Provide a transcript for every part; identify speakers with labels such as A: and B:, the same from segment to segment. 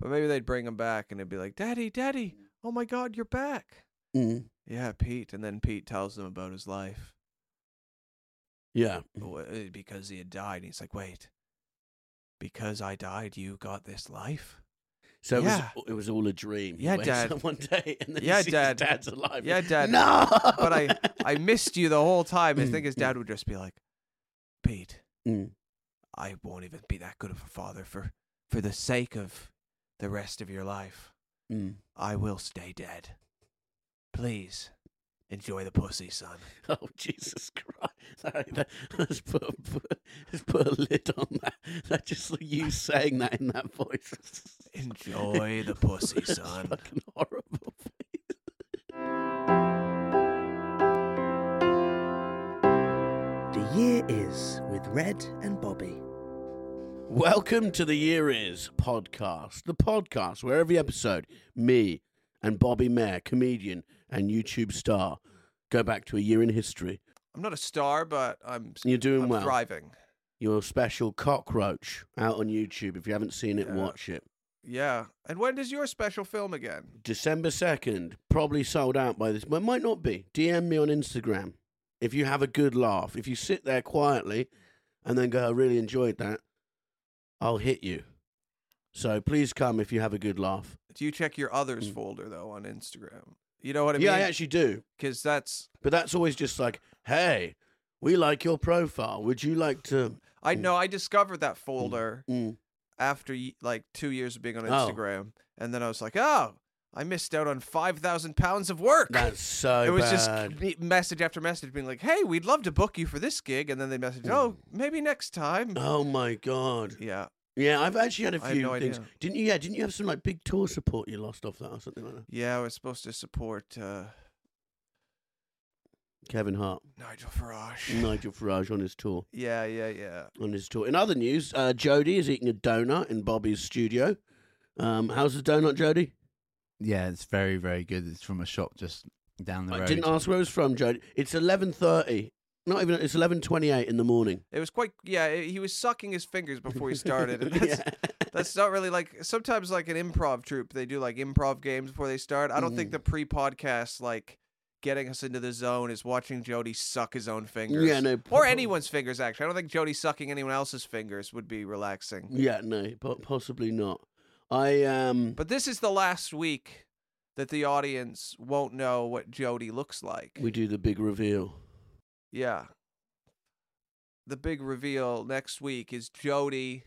A: But maybe they'd bring him back and it'd be like, Daddy, Daddy, oh my God, you're back.
B: Mm.
A: Yeah, Pete. And then Pete tells them about his life
B: Yeah.
A: w- uh, because he had died. And he's like, Wait, because I died, you got this life?
B: So it
A: Yeah.
B: was it was all a dream. He
A: Yeah,
B: wakes
A: Dad.
B: up One day, and then he
A: Yeah,
B: sees
A: Dad.
B: His dad's alive.
A: Yeah, Dad.
B: No,
A: But I, I missed you the whole time. I think his dad would just be like, Pete,
B: Mm.
A: I won't even be that good of a father for, for the sake of the rest of your life.
B: Mm.
A: I will stay dead. Please enjoy the pussy, son.
B: Oh Jesus Christ! Sorry, that, let's put, a- put let's put a lid on that. That just like you saying that in that voice.
A: Enjoy the pussy,
B: It's
A: son.
B: Fucking horrible.
C: The Year Is with Red and Bobby.
B: Welcome to the Year Is podcast, the podcast where every episode, me and Bobby Mayer, comedian and YouTube star, go back to a year in history.
A: I'm not a star, but I'm
B: You're doing
A: I'm
B: well.
A: Thriving.
B: Your special cockroach out on YouTube. If you haven't seen it,
A: Yeah.
B: watch it.
A: Yeah. And when does your special film again?
B: December 2nd, probably sold out by this, but it might not be. DM me on Instagram if you have a good laugh. If you sit there quietly and then go, I really enjoyed that, I'll hit you. So please come if you have a good laugh.
A: Do you check your others
B: Mm.
A: folder though on Instagram? You know what I
B: yeah, I
A: mean?
B: actually do.
A: Because that's
B: But that's always just like, hey, we like your profile. Would you like to?
A: I
B: Mm.
A: know I discovered that folder
B: Mm.
A: after y- like two years of being on
B: Oh.
A: Instagram, and then I was like, oh, I missed out on five thousand pounds of work.
B: That's so
A: it was
B: bad.
A: just me- message after message being like, hey, we'd love to book you for this gig, and then they
B: Mm.
A: message, oh, maybe next time.
B: Oh my god!
A: Yeah.
B: Yeah, I've actually had a
A: I had
B: few
A: no
B: things.
A: idea.
B: Didn't you? Yeah, didn't you have some like big tour support you lost off that or something like that?
A: Yeah, we're supposed to support uh,
B: Kevin Hart,
A: Nigel Farage.
B: Nigel Farage on his tour.
A: Yeah, yeah, yeah.
B: on his tour. In other news, uh, Jody is eating a donut in Bobby's studio. Um, how's the donut, Jody?
D: Yeah, it's very, very good. It's from a shop just down the
B: I
D: road.
B: didn't ask where it was from, Jody. It's eleven thirty. Not even. It's eleven twenty-eight in the morning.
A: It was quite. Yeah, he was sucking his fingers before he started. And that's, that's not really like sometimes like an improv troupe. They do like improv games before they start. I don't think
B: Mm.
A: the pre-podcast like getting us into the zone is watching Jody suck his own fingers.
B: Yeah, no,
A: or
B: proper-
A: anyone's fingers. Actually, I don't think Jody sucking anyone else's fingers would be relaxing.
B: Yeah, no, po- possibly not. I um.
A: But this is the last week that the audience won't know what Jody looks like.
B: we do the big reveal.
A: Yeah. The big reveal next week is Jody.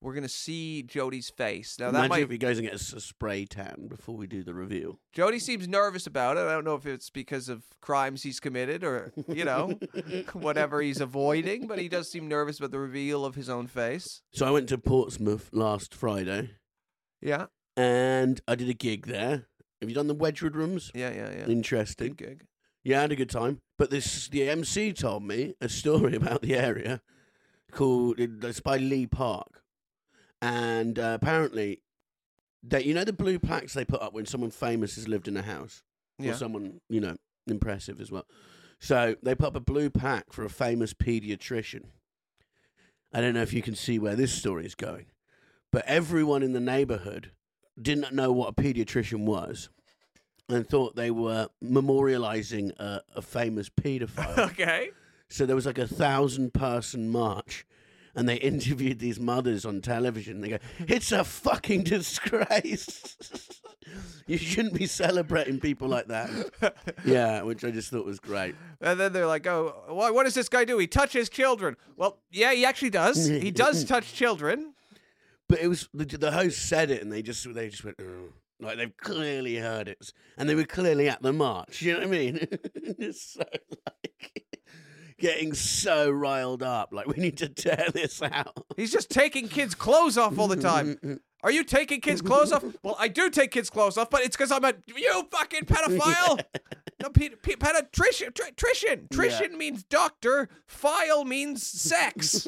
A: We're gonna see Jody's face. Now that
B: Imagine
A: might
B: if he goes and gets a spray tan before we do the reveal.
A: Jody seems nervous about it. I don't know if it's because of crimes he's committed or you know whatever he's avoiding, but he does seem nervous about the reveal of his own face.
B: So I went to Portsmouth last Friday,
A: Yeah,
B: and I did a gig there. Have you done the Wedgwood Rooms?
A: yeah, yeah, yeah.
B: Interesting.
A: Good gig.
B: Yeah, I had a good time. But this the MC told me a story about the area called uh, it's by Lee Park, and uh, apparently that you know the blue plaques they put up when someone famous has lived in a house
A: Yeah.
B: or someone you know impressive as well. So they put up a blue plaque for a famous pediatrician. I don't know if you can see where this story is going, but everyone in the neighborhood didn't know what a pediatrician was and thought they were memorializing a, a famous pedophile.
A: Okay.
B: so there was like a thousand person march, and they interviewed these mothers on television. They go, "It's a fucking disgrace. you shouldn't be celebrating people like that." yeah, which I just thought was great.
A: And then they're like, "Oh, why? What does this guy do? He touches children." Well, yeah, he actually does. He does touch children.
B: But it was the, the host said it, and they just they just went "Oh." like they've clearly heard it, and they were clearly at the march. You know what I mean? it's so like getting so riled up. Like we need to tear this out.
A: He's just taking kids' clothes off all the time. Are you taking kids' clothes off? Well, I do take kids' clothes off, but it's because I'm a you fucking pedophile. No, pe- pe- pediatrician. Tri- trician. Trician means doctor. File means sex.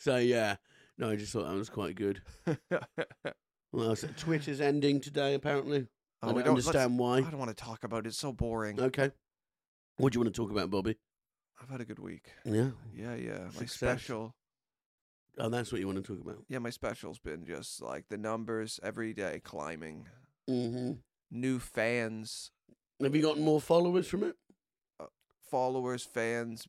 B: So yeah, no, I just thought that was quite good. well, else? Twitter's ending today apparently. I
A: Oh, we
B: don't
A: don't- let's-
B: understand
A: I
B: why. Uh,
A: don't want to talk about it. It's so boring.
B: Okay. What do you want to talk about, Bobby?
A: I've had a good week.
B: Yeah.
A: Yeah, yeah. My
B: Success.
A: special.
B: Oh, that's what you want to talk about.
A: Yeah, my special's been just like the numbers every day climbing.
B: hmm
A: Mm-hmm. New fans,
B: Have you gotten more followers from it?
A: followers, fans,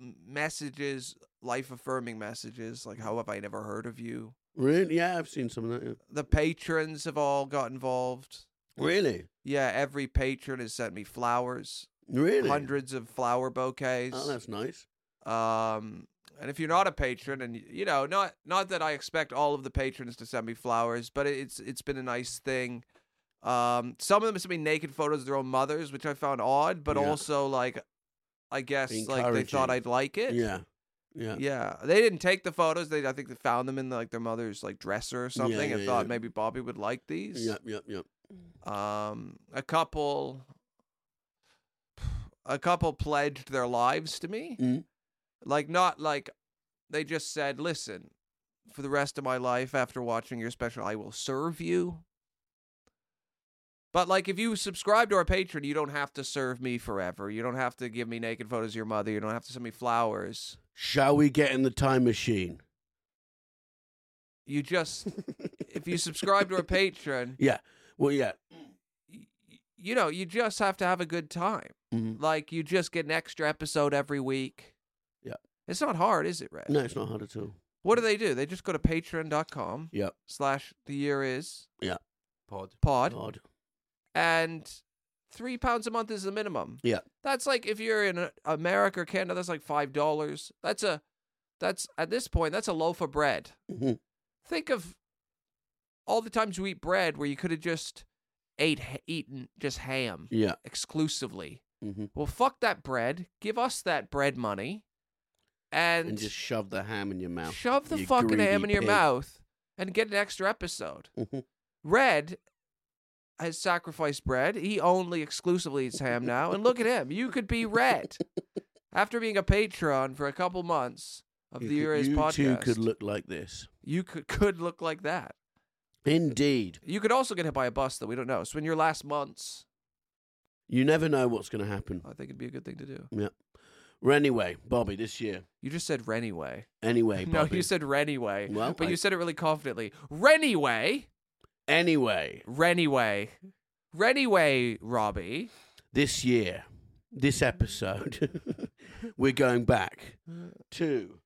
A: m- messages, life affirming messages like, how have I never heard of you?
B: Really? Yeah, I've seen some of that. Yeah.
A: The patrons have all got involved.
B: Really?
A: Yeah, every patron has sent me flowers,
B: Really?
A: hundreds of flower bouquets.
B: Oh, that's nice.
A: Um, and if you're not a patron, and y- you know, not not that I expect all of the patrons to send me flowers, but it- it's it's been a nice thing. Um, some of them sent me naked photos of their own mothers, which I found odd, but
B: Yeah.
A: also like, I guess like they thought
B: Encouraging.
A: I'd like it.
B: Yeah. Yeah.
A: yeah. They didn't take the photos. They I think they found them in like their mother's like dresser or something, and
B: yeah,
A: thought
B: yeah.
A: maybe Bobby would like these.
B: Yep, yep, yep.
A: Um, a couple, a couple pledged their lives to me.
B: Mm.
A: Like not like they just said, "Listen, for the rest of my life after watching your special, I will serve you." But like if you subscribe to our Patreon, you don't have to serve me forever. You don't have to give me naked photos of your mother. You don't have to send me flowers.
B: Shall we get in the time machine?
A: You just if you subscribe to our Patreon,
B: Yeah. Well, yeah.
A: y- y- you know, you just have to have a good time.
B: Mhm.
A: Like you just get an extra episode every week.
B: Yeah.
A: It's not hard, is it, Red?
B: No, it's not hard at all.
A: What do they do? They just go to patreon.com
B: Yep.
A: slash the year is
D: Pod.
A: pod
B: Odd.
A: and three pounds a month is the minimum.
B: Yeah.
A: That's like if you're in uh, America or Canada, that's like five dollars. That's a that's at this point, that's a loaf of bread.
B: Mhm.
A: Think of all the times you eat bread where you could have just ate eaten just ham
B: Yeah.
A: exclusively.
B: hmm
A: Well, fuck that bread. Give us that bread money, and,
B: And just shove the ham in your mouth.
A: shove the
B: you
A: fucking ham in
B: greedy
A: your
B: pig.
A: mouth, and get an extra episode.
B: Mhm.
A: Red has sacrificed bread. He only exclusively eats ham now, and look at him. You could be Red after being a patron for a couple months of
B: You
A: the
B: could-
A: Euros
B: you
A: podcast.
B: too could look like this.
A: you could could look like that.
B: Indeed.
A: You could also get hit by a bus, though. We don't know. So in your last months,
B: You never know what's going to happen.
A: I think it'd be a good thing to do.
B: Yeah. Well, anyway, Bobby, this year.
A: You just said Renyway.
B: Anyway,
A: No,
B: Bobby.
A: you said Renyway.
B: Well,
A: but
B: I-
A: you said it really confidently. Renyway,
B: anyway,
A: Renyway, Renyway, Robbie.
B: this year, this episode, we're going back to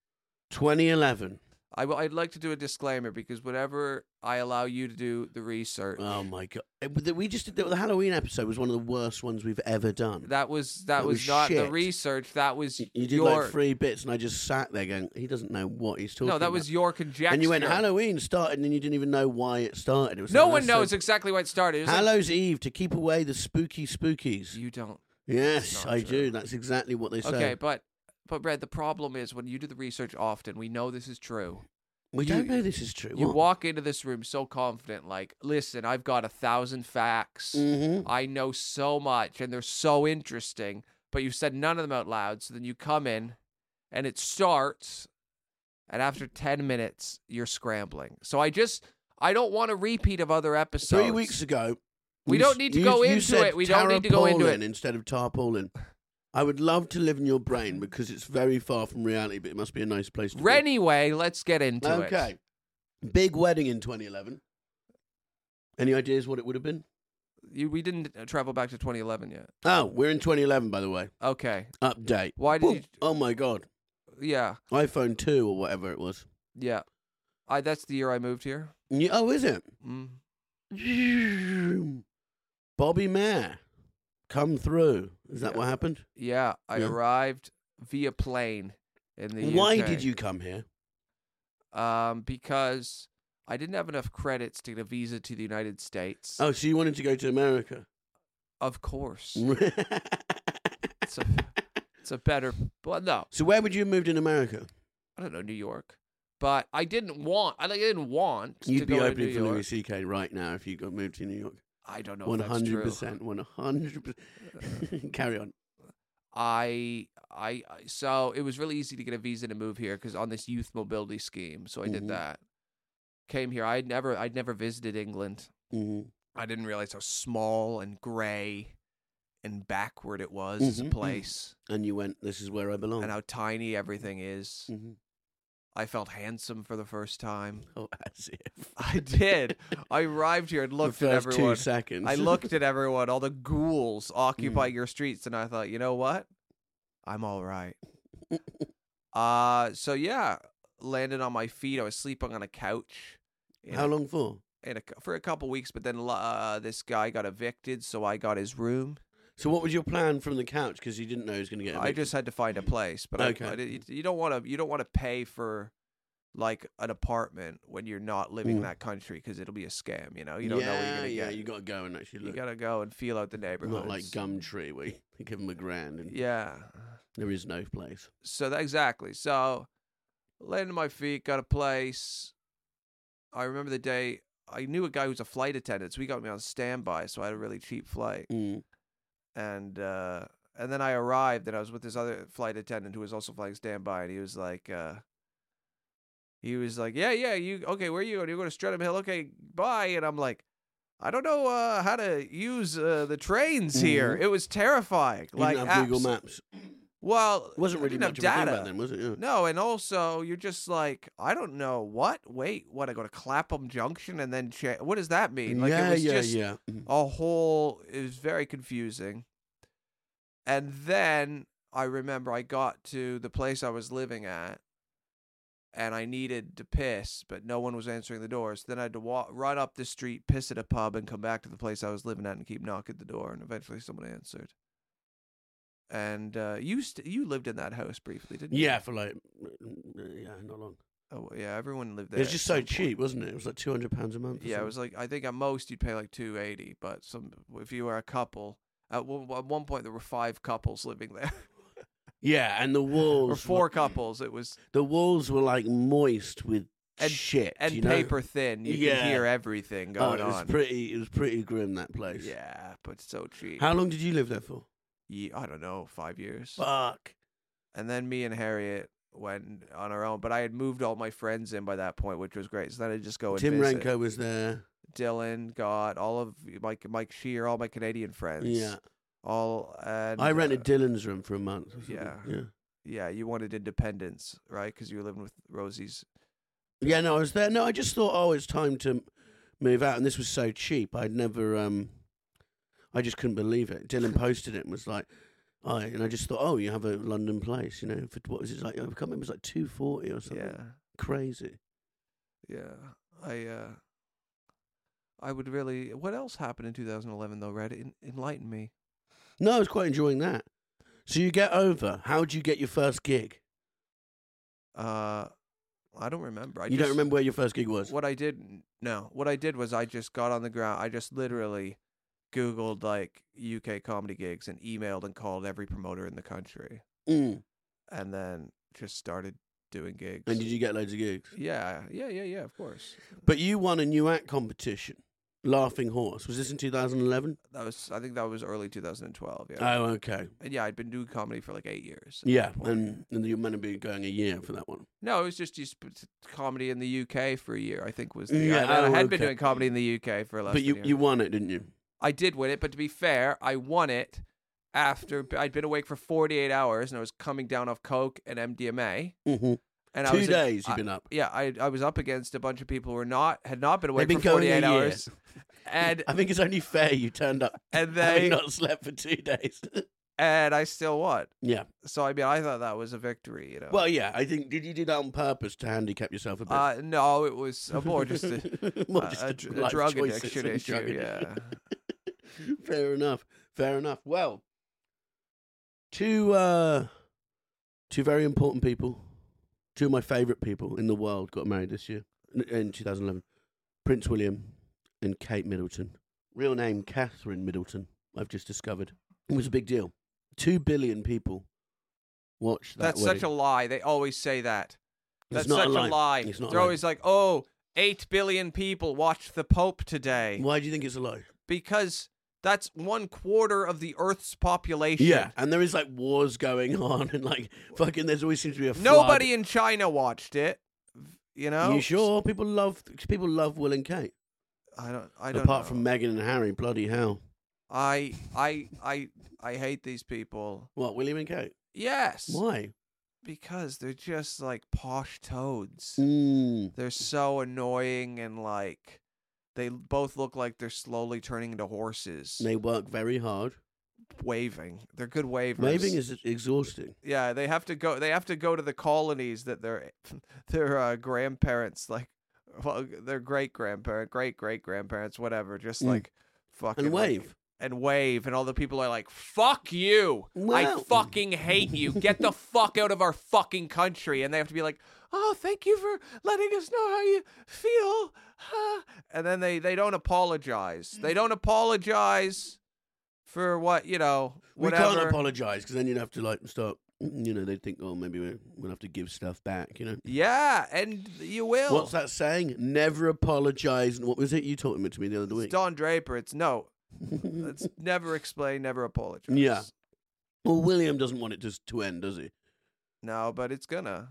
B: 2011.
A: I w- I'd like to do a disclaimer because whenever I allow you to do the research,
B: Oh my god! It- but the- We just did the, the Halloween episode was one of the worst ones we've ever done.
A: that was that,
B: That
A: was,
B: was
A: not the
B: oh, shit.
A: research. That was
B: you did
A: your
B: like three bits, and I just sat there going, "He doesn't know what he's talking."
A: no. That
B: about."
A: was your conjecture.
B: And you went Halloween started, and then you didn't even know why it started. It was
A: No
B: like,
A: one
B: "That's
A: knows
B: so-
A: exactly why it started. It was like-
B: Hallows Eve to keep away the spooky spookies.
A: you don't.
B: yes,
A: not
B: I
A: true.
B: do. That's exactly what they say.
A: Okay, but but Brad, the problem is when you do the research often, we know this is true.
B: we
A: you-
B: don't know this is true.
A: You
B: What?
A: walk into this room so confident, like, listen, I've got a thousand facts.
B: Mhm.
A: I know so much and they're so interesting, but you said none of them out loud. So then you come in and it starts. And after 10 minutes, you're scrambling. So I just, I don't want a repeat of other episodes.
B: Three weeks ago,
A: We
B: you
A: don't
B: s-
A: need to
B: you-
A: go
B: you
A: into
B: said
A: it. We don't need to go into
B: tarpaulin
A: it.
B: instead of tarpaulin. I would love to live in your brain because it's very far from reality, but it must be a nice place. To be.
A: Anyway, let's get into it.
B: okay. Big wedding in 2011. Any ideas what it would have been?
A: You, we didn't uh, travel back to 2011 yet.
B: Oh, we're in 2011, by the way.
A: Okay.
B: Update.
A: Why did
B: Woo.
A: you-
B: Oh my god.
A: yeah,
B: iPhone 2 or whatever it was.
A: yeah. I that's the year I moved here.
B: Yeah, oh, is it?
A: Mm.
B: Bobby Mayer, come through. Is that what happened?
A: Yeah, I
B: Yeah.
A: arrived via plane in the
B: Why
A: UK.
B: did you come here?
A: Um, because I didn't have enough credits to get a visa to the United States.
B: Oh, so you wanted to go to America?
A: Of course, it's a it's a better. Well, no,
B: so where would you have moved in America?
A: I don't know New York, but I didn't want. I like, I didn't want to
B: You'd be
A: go to
B: opening
A: New
B: for
A: York.
B: Louis C.K. right now if you got moved to New York.
A: I don't know.
B: One
A: if that's true.
B: hundred percent. One hundred percent. Carry on.
A: I I I- so it was really easy to get a visa to move here because on this youth mobility scheme. So I
B: Mhm.
A: did that. Came here. I'd never I'd never visited England.
B: Mhm.
A: I didn't realize how small and gray and backward it was as a
B: Mhm.
A: place
B: And you went. This is where I belong.
A: and how tiny everything is.
B: Mhm.
A: I felt handsome for the first time.
B: Oh, as if.
A: I did. I arrived here and looked
B: the
A: at
B: first
A: everyone.
B: two seconds. Hmm.
A: I looked at everyone, all the ghouls occupying your streets, and I thought, you know what? I'm all right. uh so yeah, landed on my feet. I was sleeping on a couch. in
B: How
A: a-
B: long for?
A: In a, cou- for a couple weeks, but then uh, this guy got evicted, so I got his room.
B: So what was your plan from the couch? Because you didn't know he was going to get.
A: I
B: evicted.
A: just had to find a place, but
B: Okay.
A: I, I, did- you don't want to you don't want to pay for like an apartment when you're not living in
B: Mm.
A: that country because it'll be a scam. You know, you don't
B: yeah,
A: know what you're gonna
B: yeah,
A: get.
B: you got to go and actually
A: You
B: look.
A: gotta go and feel out the neighborhood.
B: Not like Gumtree where you give them a grand and
A: Yeah.
B: there is no place.
A: So that exactly. So landed on my feet, got a place. I remember the day I knew a guy who was a flight attendant, so he got me on standby, so I had a really cheap flight.
B: Mm.
A: And uh and then I arrived and I was with this other flight attendant who was also flying standby and he was like uh he was like, Yeah, yeah, you okay, where are you going? You're going to Streatham Hill, okay, bye. And I'm like, I don't know uh, how to use uh, the trains here.
B: Mhm.
A: It was terrifying.
B: You
A: Like
B: didn't have Google
A: abs-
B: Maps.
A: Well,
B: It wasn't
A: I
B: really
A: didn't have
B: much of a thing
A: data.
B: back then, was it? Yeah.
A: No, and also you're just like, I don't know what. Wait, what? I go to Clapham Junction and then cha- what does that mean? Like
B: yeah,
A: it was
B: yeah,
A: just
B: yeah. Mm.
A: a whole. It was very confusing. And then I remember I got to the place I was living at, and I needed to piss, but no one was answering the doors. Then I had to walk run up the street, piss at a pub, and come back to the place I was living at and keep knocking at the door. And eventually someone answered. And uh, you st- you lived in that house briefly, didn't you?
B: Yeah, for like, yeah, not long.
A: Oh yeah, everyone lived
B: It
A: there.
B: was
A: at
B: just so
A: some point.
B: cheap, wasn't it? It was like two hundred pounds a month. or
A: Yeah, it
B: something.
A: was like I think at most you'd pay like two eighty, but some if you were a couple. At one, at one point, there were five couples living there,
B: Yeah, and the walls
A: or
B: were-
A: four couples. It was
B: The walls were like moist with
A: and
B: shit
A: and
B: you know?
A: paper thin. You
B: Yeah.
A: could hear everything
B: Oh,
A: going
B: it was
A: on.
B: pretty. It was pretty grim that place.
A: yeah, but so cheap.
B: How long did you live there for?
A: Ye- I don't know, five years.
B: Fuck.
A: and then me and Harriet went on our own. But I had moved all my friends in by that point, which was great. So then I would just go and
B: Tim
A: visit.
B: Renko was there.
A: Dylan, got all of Mike, Mike Shear, all my Canadian friends.
B: Yeah,
A: all. And,
B: I rented
A: uh,
B: Dylan's room for a month. or something.
A: yeah.
B: yeah,
A: yeah, you wanted independence, right? Because you were living with Rosie's.
B: yeah. No, I was there. No, I just thought, oh, it's time to m- move out, and this was so cheap. I'd never. um I just couldn't believe it. Dylan posted it and was like, I and I just thought, oh, you have a London place, you know, for what was it like? I can't remember. It was like two forty or something.
A: Yeah,
B: Crazy.
A: yeah. I, uh, I would really. What else happened in 2011 though? Red, en- enlighten me.
B: No, I was quite enjoying that. So you get over. How would you get your first gig?
A: Uh, I don't remember. I
B: you don't
A: just-
B: remember where your first gig was?
A: what I did. No, what I did was I just got on the ground. I just literally googled like UK comedy gigs and emailed and called every promoter in the country,
B: Mm.
A: and then just started doing gigs.
B: And did you get loads of gigs?
A: Yeah, yeah, yeah, yeah. Of course.
B: But you won a new act competition, Laughing Horse. Was this in 2011?
A: That was. I think that was early 2012. Yeah.
B: Oh, okay.
A: and yeah, I'd been doing comedy for like eight years. at
B: Yeah,
A: that point.
B: and, and you meant to be going a year for that one.
A: no, it was just just p- comedy in the UK for a year. I think was the
B: Yeah,
A: I, I
B: oh,
A: had been
B: okay.
A: doing comedy in the UK for less.
B: but you,
A: than a year.
B: you won it, didn't you?
A: I did win it. But to be fair, I won it after b- I'd been awake for 48 hours and I was coming down off coke and MDMA.
B: Mm-hmm.
A: And I
B: Two
A: was in-
B: days
A: I-
B: you've been up.
A: yeah, I I was up against a bunch of people who were not had not been awake
B: been
A: for
B: going a
A: 48
B: year.
A: hours, and
B: I think it's only fair you turned up
A: and
B: having
A: they
B: not slept for two days.
A: and I still won.
B: Yeah.
A: So I mean, I thought that was a victory. You know.
B: Well, yeah. I think did you do that on purpose to handicap yourself a bit?
A: Oh. uh, no, it was a more just a,
B: More
A: a-
B: just
A: a
B: a
A: dr- a
B: life
A: drug
B: choices
A: addiction
B: and
A: issue.
B: drug
A: yeah.
B: addiction. Fair enough. Fair enough. Well, two uh, two very important people, two of my favourite people in the world got married this year n- in 2011. Prince William and Kate Middleton. Real name Catherine Middleton. I've just discovered. It was a big deal. Two billion people watched that.
A: That's such a lie. They always say that.
B: It's
A: That's
B: not
A: such
B: a
A: a
B: lie.
A: lie.
B: It's not a
A: They're
B: lie.
A: always like, oh, 8 billion people watched the Pope today.
B: Why do you think it's a lie?
A: Because that's one quarter of the Earth's population.
B: Yeah, and there is like wars going on, and like fucking. There's always seems to be a flood.
A: Nobody in China watched it. You know?
B: You sure people love people love Will and Kate?
A: I don't I don't
B: Apart
A: know.
B: from Meghan and Harry, bloody hell!
A: I I I I hate these people.
B: What William and Kate?
A: Yes.
B: Why?
A: Because they're just like posh toads.
B: Mm.
A: They're so annoying and like they both look like they're slowly turning into horses.
B: They work very hard.
A: waving. They're good wavers.
B: Waving is exhausting.
A: yeah. They have to go. They have to go to the colonies that their their uh, grandparents like, well, their great grandparent, great great grandparents, whatever. Just
B: Mm.
A: like fucking
B: And
A: like-
B: wave.
A: and wave, and all the people are like, "Fuck you!
B: Well- mm.
A: I fucking hate you! Get the fuck out of our fucking country!" And they have to be like, "Oh, thank you for letting us know how you feel." huh?" And then they they don't apologize. They don't apologize for what you know. Whatever.
B: We can't apologise because then you'd have to like start. You know, they'd think, oh, maybe we- we'll have to give stuff back. You know.
A: Yeah, and you will.
B: What's that saying? Never apologise. What was it you talking about to me the other
A: It's
B: week?
A: Don Draper. It's no. It's never explain, never apologize.
B: Yeah. Well, William doesn't want it to to end, does he?
A: No, but it's gonna.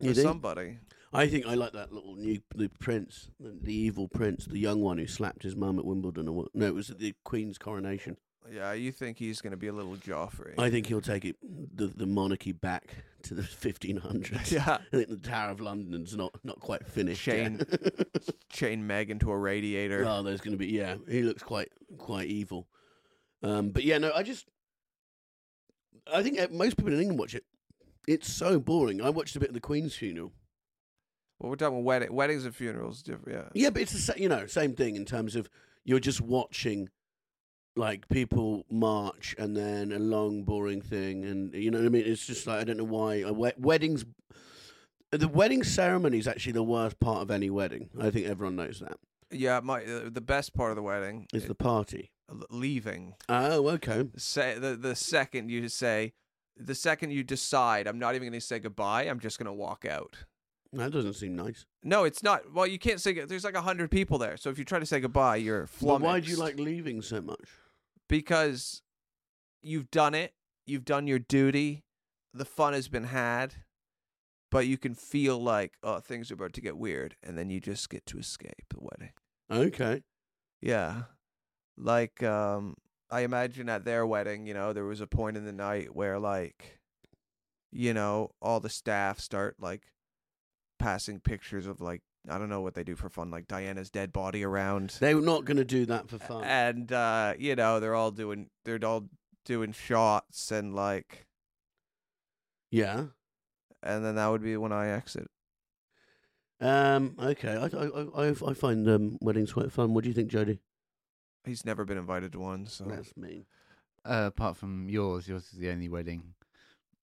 B: You
A: For
B: think?
A: somebody.
B: I think I like that little new the prince, the, the evil prince, the young one who slapped his mum at Wimbledon. Or what? No, it was at the Queen's coronation.
A: Yeah, you think he's gonna be a little Joffrey.
B: I think he'll take it the, the monarchy back to the 1500s.
A: Yeah.
B: I think the Tower of London's not not quite finished. yet.
A: chain Meg into a radiator.
B: oh, there's going to be yeah. He looks quite quite evil. Um, but yeah, no, I just I think uh, most people in England watch it. It's so boring. I watched a bit of the Queen's funeral.
A: Well, we're talking about wedding, weddings and funerals. Different, yeah.
B: Yeah, but it's the sa- you know same thing in terms of you're just watching like people march and then a long boring thing, and you know what I mean. It's just like I don't know why a wed- weddings. The wedding ceremony is actually the worst part of any wedding. I think everyone knows that.
A: Yeah, my uh, the best part of the wedding
B: It's the party.
A: l- leaving.
B: Oh, okay.
A: Say the the second you say, the second you decide, I'm not even going to say goodbye. I'm just going to walk out.
B: That doesn't seem nice.
A: No, it's not. Well, you can't say. There's like a hundred people there, so if you try to say goodbye, you're
B: But
A: flummoxed.
B: why do you like leaving so much?
A: Because you've done it. You've done your duty. The fun has been had, but you can feel like oh things are about to get weird, and then you just get to escape the wedding.
B: Okay.
A: Yeah, like um, I imagine at their wedding, you know, there was a point in the night where like, you know, all the staff start like passing pictures of like I don't know what they do for fun, like Diana's dead body around
B: They were not going to do that for fun.
A: and uh, you know they're all doing they're all doing shots and like
B: yeah.
A: and then that would be when I exit.
B: Um. Okay. I I I, I find um, weddings quite fun. What do you think, Jody?
A: He's never been invited to one, so
B: That's mean.
D: Uh, apart from yours, yours is the only wedding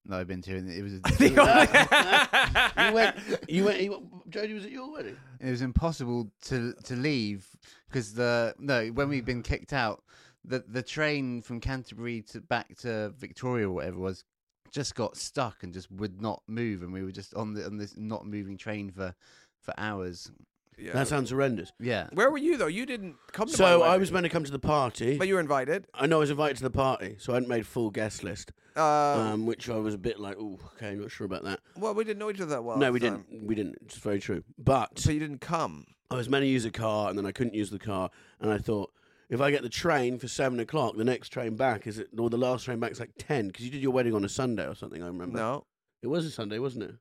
D: that I've been to, and it was
A: The
D: a,
A: only-
B: you went. You went. You, Jody was at your wedding.
D: it was impossible to to leave because the no when we've been kicked out, the the train from Canterbury to back to Victoria or whatever it was just got stuck and just would not move, and we were just on the on this not moving train for for hours.
A: yeah.
B: That sounds horrendous.
D: Yeah,
A: Where were you though? You didn't come. To my
B: So I
A: wedding,
B: was meant to come to the party.
A: but you were invited.
B: I know I was invited to the party, so I hadn't made full guest list,
A: Uh,
B: um, which I was a bit like, oh, okay, not sure about that.
A: well, we didn't know each other that well.
B: no,
A: at
B: we
A: the time.
B: didn't. We didn't. It's very true. But
A: So you didn't come.
B: I was meant to use a car, and then I couldn't use the car, and I thought. If I get the train for seven o'clock, the next train back is at, or the last train back is like ten because you did your wedding on a Sunday or something. I remember.
A: No,
B: it was a Sunday, wasn't it?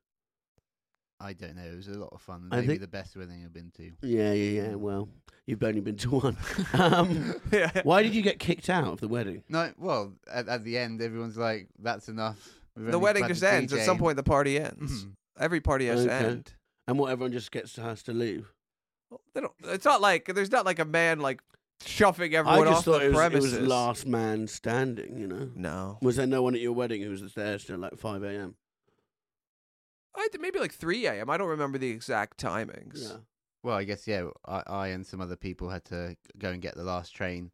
D: I don't know. It was a lot of fun.
B: I
D: Maybe
B: think-
D: the best wedding I've been to.
B: Yeah, yeah, yeah. Well, you've only been to one. um,
A: Yeah.
B: why did you get kicked out of the wedding?
D: No, well, at, at the end, everyone's like, "That's enough." We've
A: The
D: only
A: wedding
D: planned
A: just
D: a
A: ends. At some
D: DJ."
A: point, the party ends.
D: Mhm.
A: Every party has to
B: Okay.
A: end.
B: And what everyone just gets has to leave.
A: Well, They don't, it's not like there's not like a man like shoving everyone
B: I just
A: off
B: thought
A: the
B: it, was, it was
A: premises.
B: last man standing. You know,
A: No,
B: was there no one at your wedding who was there till like five a.m.?
A: I th- maybe like 3 a.m. I don't remember the exact timings.
B: Yeah.
D: Well, I guess yeah. I, I and some other people had to go and get the last train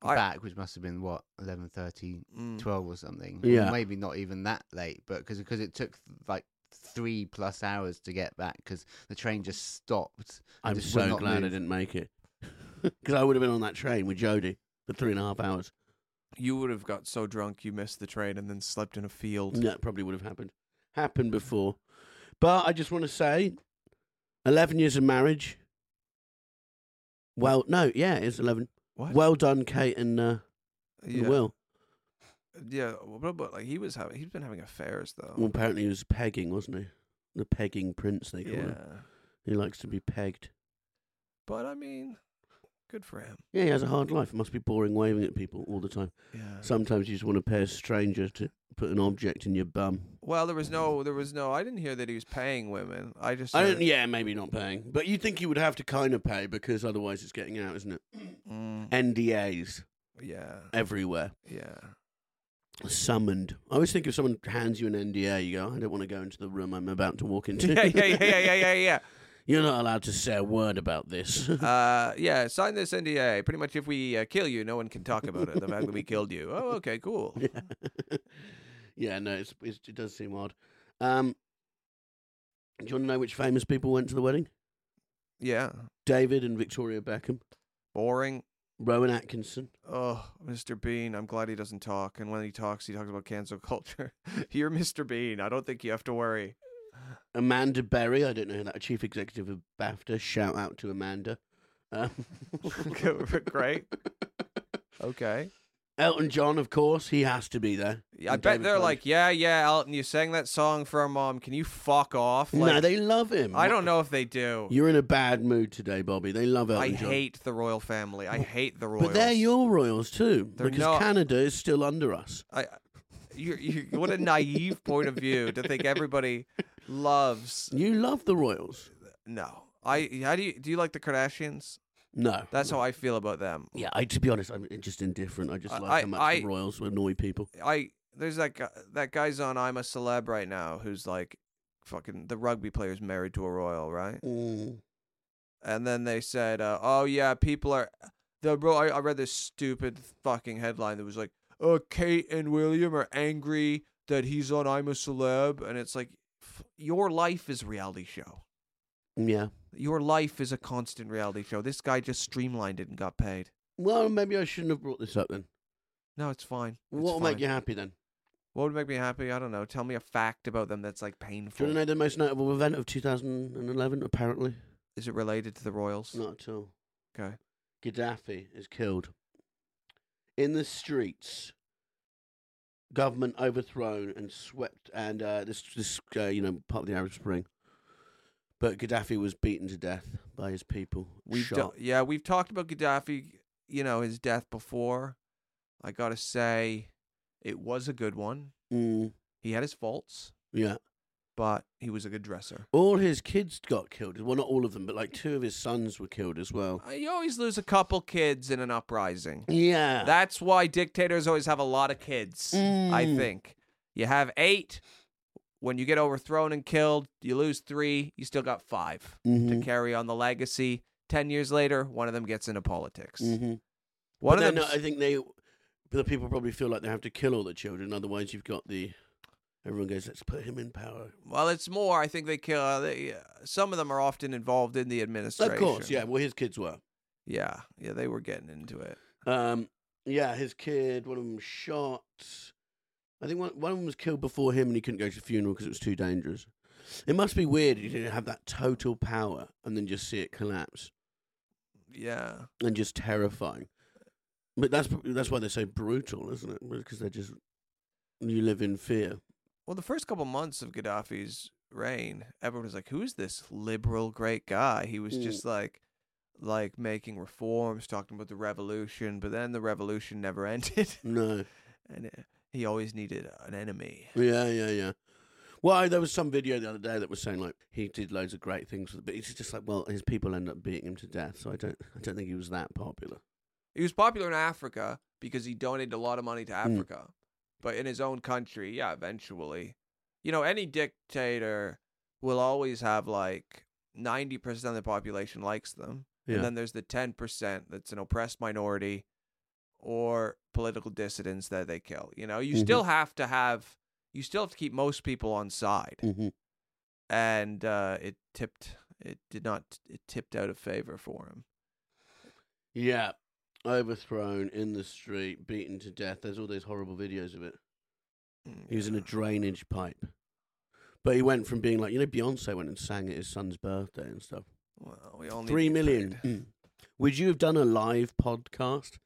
A: I-
D: back, which must have been what 11:30,
A: Mm.
D: 12 or something.
B: Yeah.
D: maybe not even that late, but because it took like three plus hours to get back because the train just stopped. and
B: I'm
D: just would
B: so
D: not
B: glad I
D: move.
B: didn't make it because I would have been on that train with Jody for three and a half hours.
A: You would have got so drunk you missed the train and then slept in a field.
B: That probably would have happened. Happened before. But I just want to say 11 years of marriage. Well, no, yeah, it's 11.
A: What?
B: Well done, Kate and, uh, and
A: yeah.
B: Will.
A: Yeah, well, but, but like he was having, he's been having affairs though.
B: Well, apparently he was pegging, wasn't he? The pegging prince, they call
A: yeah,
B: him. He likes to be pegged.
A: but I mean, good for him.
B: Yeah, he has a hard life. It must be boring waving at people all the time.
A: Yeah.
B: Sometimes you just want to pay a stranger to put an object in your bum.
A: well, there was no, there was no. I didn't hear that he was paying women. I just,
B: I
A: heard-
B: don't, yeah, maybe not paying. But you'd think you would have to kind of pay because otherwise it's getting out, isn't it?
A: Mm,
B: NDAs
A: yeah,
B: everywhere.
A: yeah.
B: summoned. I always think if someone hands you an NDA, you go, I don't want to go into the room I'm about to walk into.
A: yeah, yeah, yeah, yeah, yeah, yeah,
B: You're not allowed to say a word about this.
A: yeah. Uh, yeah. Sign this NDA. Pretty much, if we uh, kill you, no one can talk about it. The fact that we killed you. Oh, okay, cool.
B: yeah. yeah, no, it's, it's, it does seem odd. Um, do you want to know which famous people went to the wedding?
A: Yeah.
B: David and Victoria Beckham,
A: Boring.
B: Rowan Atkinson.
A: Oh, Mr. Bean. I'm glad he doesn't talk. And when he talks, he talks about cancel culture. You're Mr. Bean. I don't think you have to worry.
B: Amanda Berry, I don't know who that, chief executive of BAFTA. Shout out to Amanda. Um,
A: Good, Great. Okay.
B: Elton John, of course, he has to be there.
A: Yeah, I
B: And
A: bet
B: David
A: they're
B: Bowie.
A: like, yeah, yeah, Elton, you sang that song for our mom. Can you fuck off? Like,
B: no, they love him.
A: I
B: What-
A: don't know if they do.
B: You're in a bad mood today, Bobby. They love Elton
A: I
B: John.
A: hate the royal family. I hate the royals.
B: but they're your royals too,
A: They're
B: because
A: not.
B: Canada is still under us.
A: I, you, you, what a naive point of view to think everybody loves.
B: You love the royals.
A: No, I. How do you do? You like the Kardashians?
B: No,
A: That's how I feel about them.
B: yeah. I, to be honest, I'm just indifferent. I just
A: I-
B: like
A: I-
B: how much
A: I-
B: the royals annoy people.
A: I there's that guy, that guy's on I'm a celeb right now who's like fucking the rugby player's married to a royal, right? Mm. and then they said, uh, "Oh yeah, people are." The bro, I, I read this stupid fucking headline that was like, "Oh, Kate and William are angry that he's on I'm a Celeb," and it's like, f- your life is a reality show.
B: Yeah.
A: Your life is a constant reality show. This guy just streamlined it and got paid.
B: Well, maybe I shouldn't have brought this up then.
A: No, it's fine.
B: What will
A: fine.
B: make you happy then?
A: What would make me happy? I don't know. Tell me a fact about them that's like
B: Do
A: painful.
B: you want to know the most notable event of 2011? Apparently,
A: Is it related to the Royals?
B: not at all.
A: Okay.
B: Gaddafi is killed in the streets. Government overthrown and swept, and uh, this this uh, you know part of the Arab Spring. But Gaddafi was beaten to death by his people.
A: We've do-
B: shot.
A: yeah, we've talked about Gaddafi, you know, his death before. I gotta say, it was a good one.
B: Mm,
A: He had his faults,
B: yeah,
A: but he was a good dresser.
B: all his kids got killed. Well, not all of them, but like two of his sons were killed as well.
A: Uh, You always lose a couple kids in an uprising.
B: Yeah,
A: That's why dictators always have a lot of kids. I
B: Mm.
A: think you have eight. When you get overthrown and killed, you lose three. You still got 5 to
B: Mhm.
A: carry on the legacy. Ten years later, one of them gets into politics.
B: Mhm.
A: One
B: But
A: of
B: then,
A: them.
B: uh, I think they the people probably feel like they have to kill all the children, otherwise you've got the everyone goes, let's put him in power.
A: Well, it's more. I think they kill. Uh, they, uh, some of them are often involved in the administration.
B: Of course, yeah. Well, his kids were.
A: yeah, yeah. They were getting into it.
B: Um, yeah, his kid, one of them shot. I think one, one of them was killed before him and he couldn't go to the funeral because it was too dangerous. It must be weird you didn't have that total power and then just see it collapse
A: Yeah,
B: and just terrifying. But that's that's why they're so brutal, isn't it? Because they're just you live in fear.
A: Well, the first couple months of Gaddafi's reign, everyone was like, "Who's this liberal great guy?" He was
B: Mm.
A: just like, like making reforms, talking about the revolution, but then the revolution never ended,
B: No.
A: and uh, he always needed an enemy.
B: Yeah, yeah, yeah. Well, I- there was some video the other day that was saying like he did loads of great things, with- but it's just like, well, his people end up beating him to death. So I don't, I don't think he was that popular.
A: He was popular in Africa because he donated a lot of money to
B: Mm.
A: Africa. But in his own country, yeah, eventually. You know, any dictator will always have like 90% of the population likes them.
B: Yeah,
A: And then there's the 10% that's an oppressed minority or political dissidents that they kill. You know, you
B: Mhm.
A: still have to have, you still have to keep most people on side.
B: hmm
A: And uh, it tipped, it did not, it tipped out of favor for him.
B: yeah. Overthrown in the street, beaten to death. There's all those horrible videos of it.
A: Mm,
B: He was in a
A: yeah.
B: drainage pipe, but he went from being like, you know, Beyonce went and sang at his son's birthday and stuff.
A: Well, we all need to
B: Three
A: get
B: million.
A: paid.
B: Mm. Would you have done a live podcast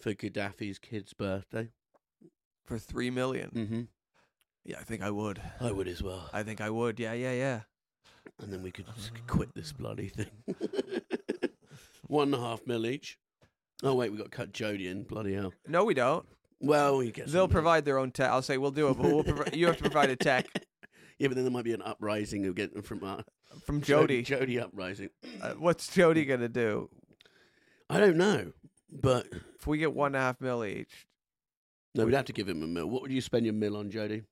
B: for Gaddafi's kid's birthday?
A: for three million.
B: Mm-hmm.
A: Yeah, I think I would.
B: I would as well.
A: I think I would. Yeah, yeah, yeah.
B: and then we could just quit this bloody thing. One and a half mil each. Oh wait, we got to cut Jody in. Bloody hell.
A: No, we don't.
B: Well, you get
A: They'll
B: some-
A: provide their own tech. I'll say we'll do it, but we'll provi- you have to provide a tech
B: Yeah, but then there might be an uprising again from uh,
A: from Jody.
B: Jody uprising.
A: Uh, what's Jody gonna do?
B: I don't know, but
A: If we get one and a half mil each,
B: no, we'd have to give him a mil. What would you spend your mil on, Jody?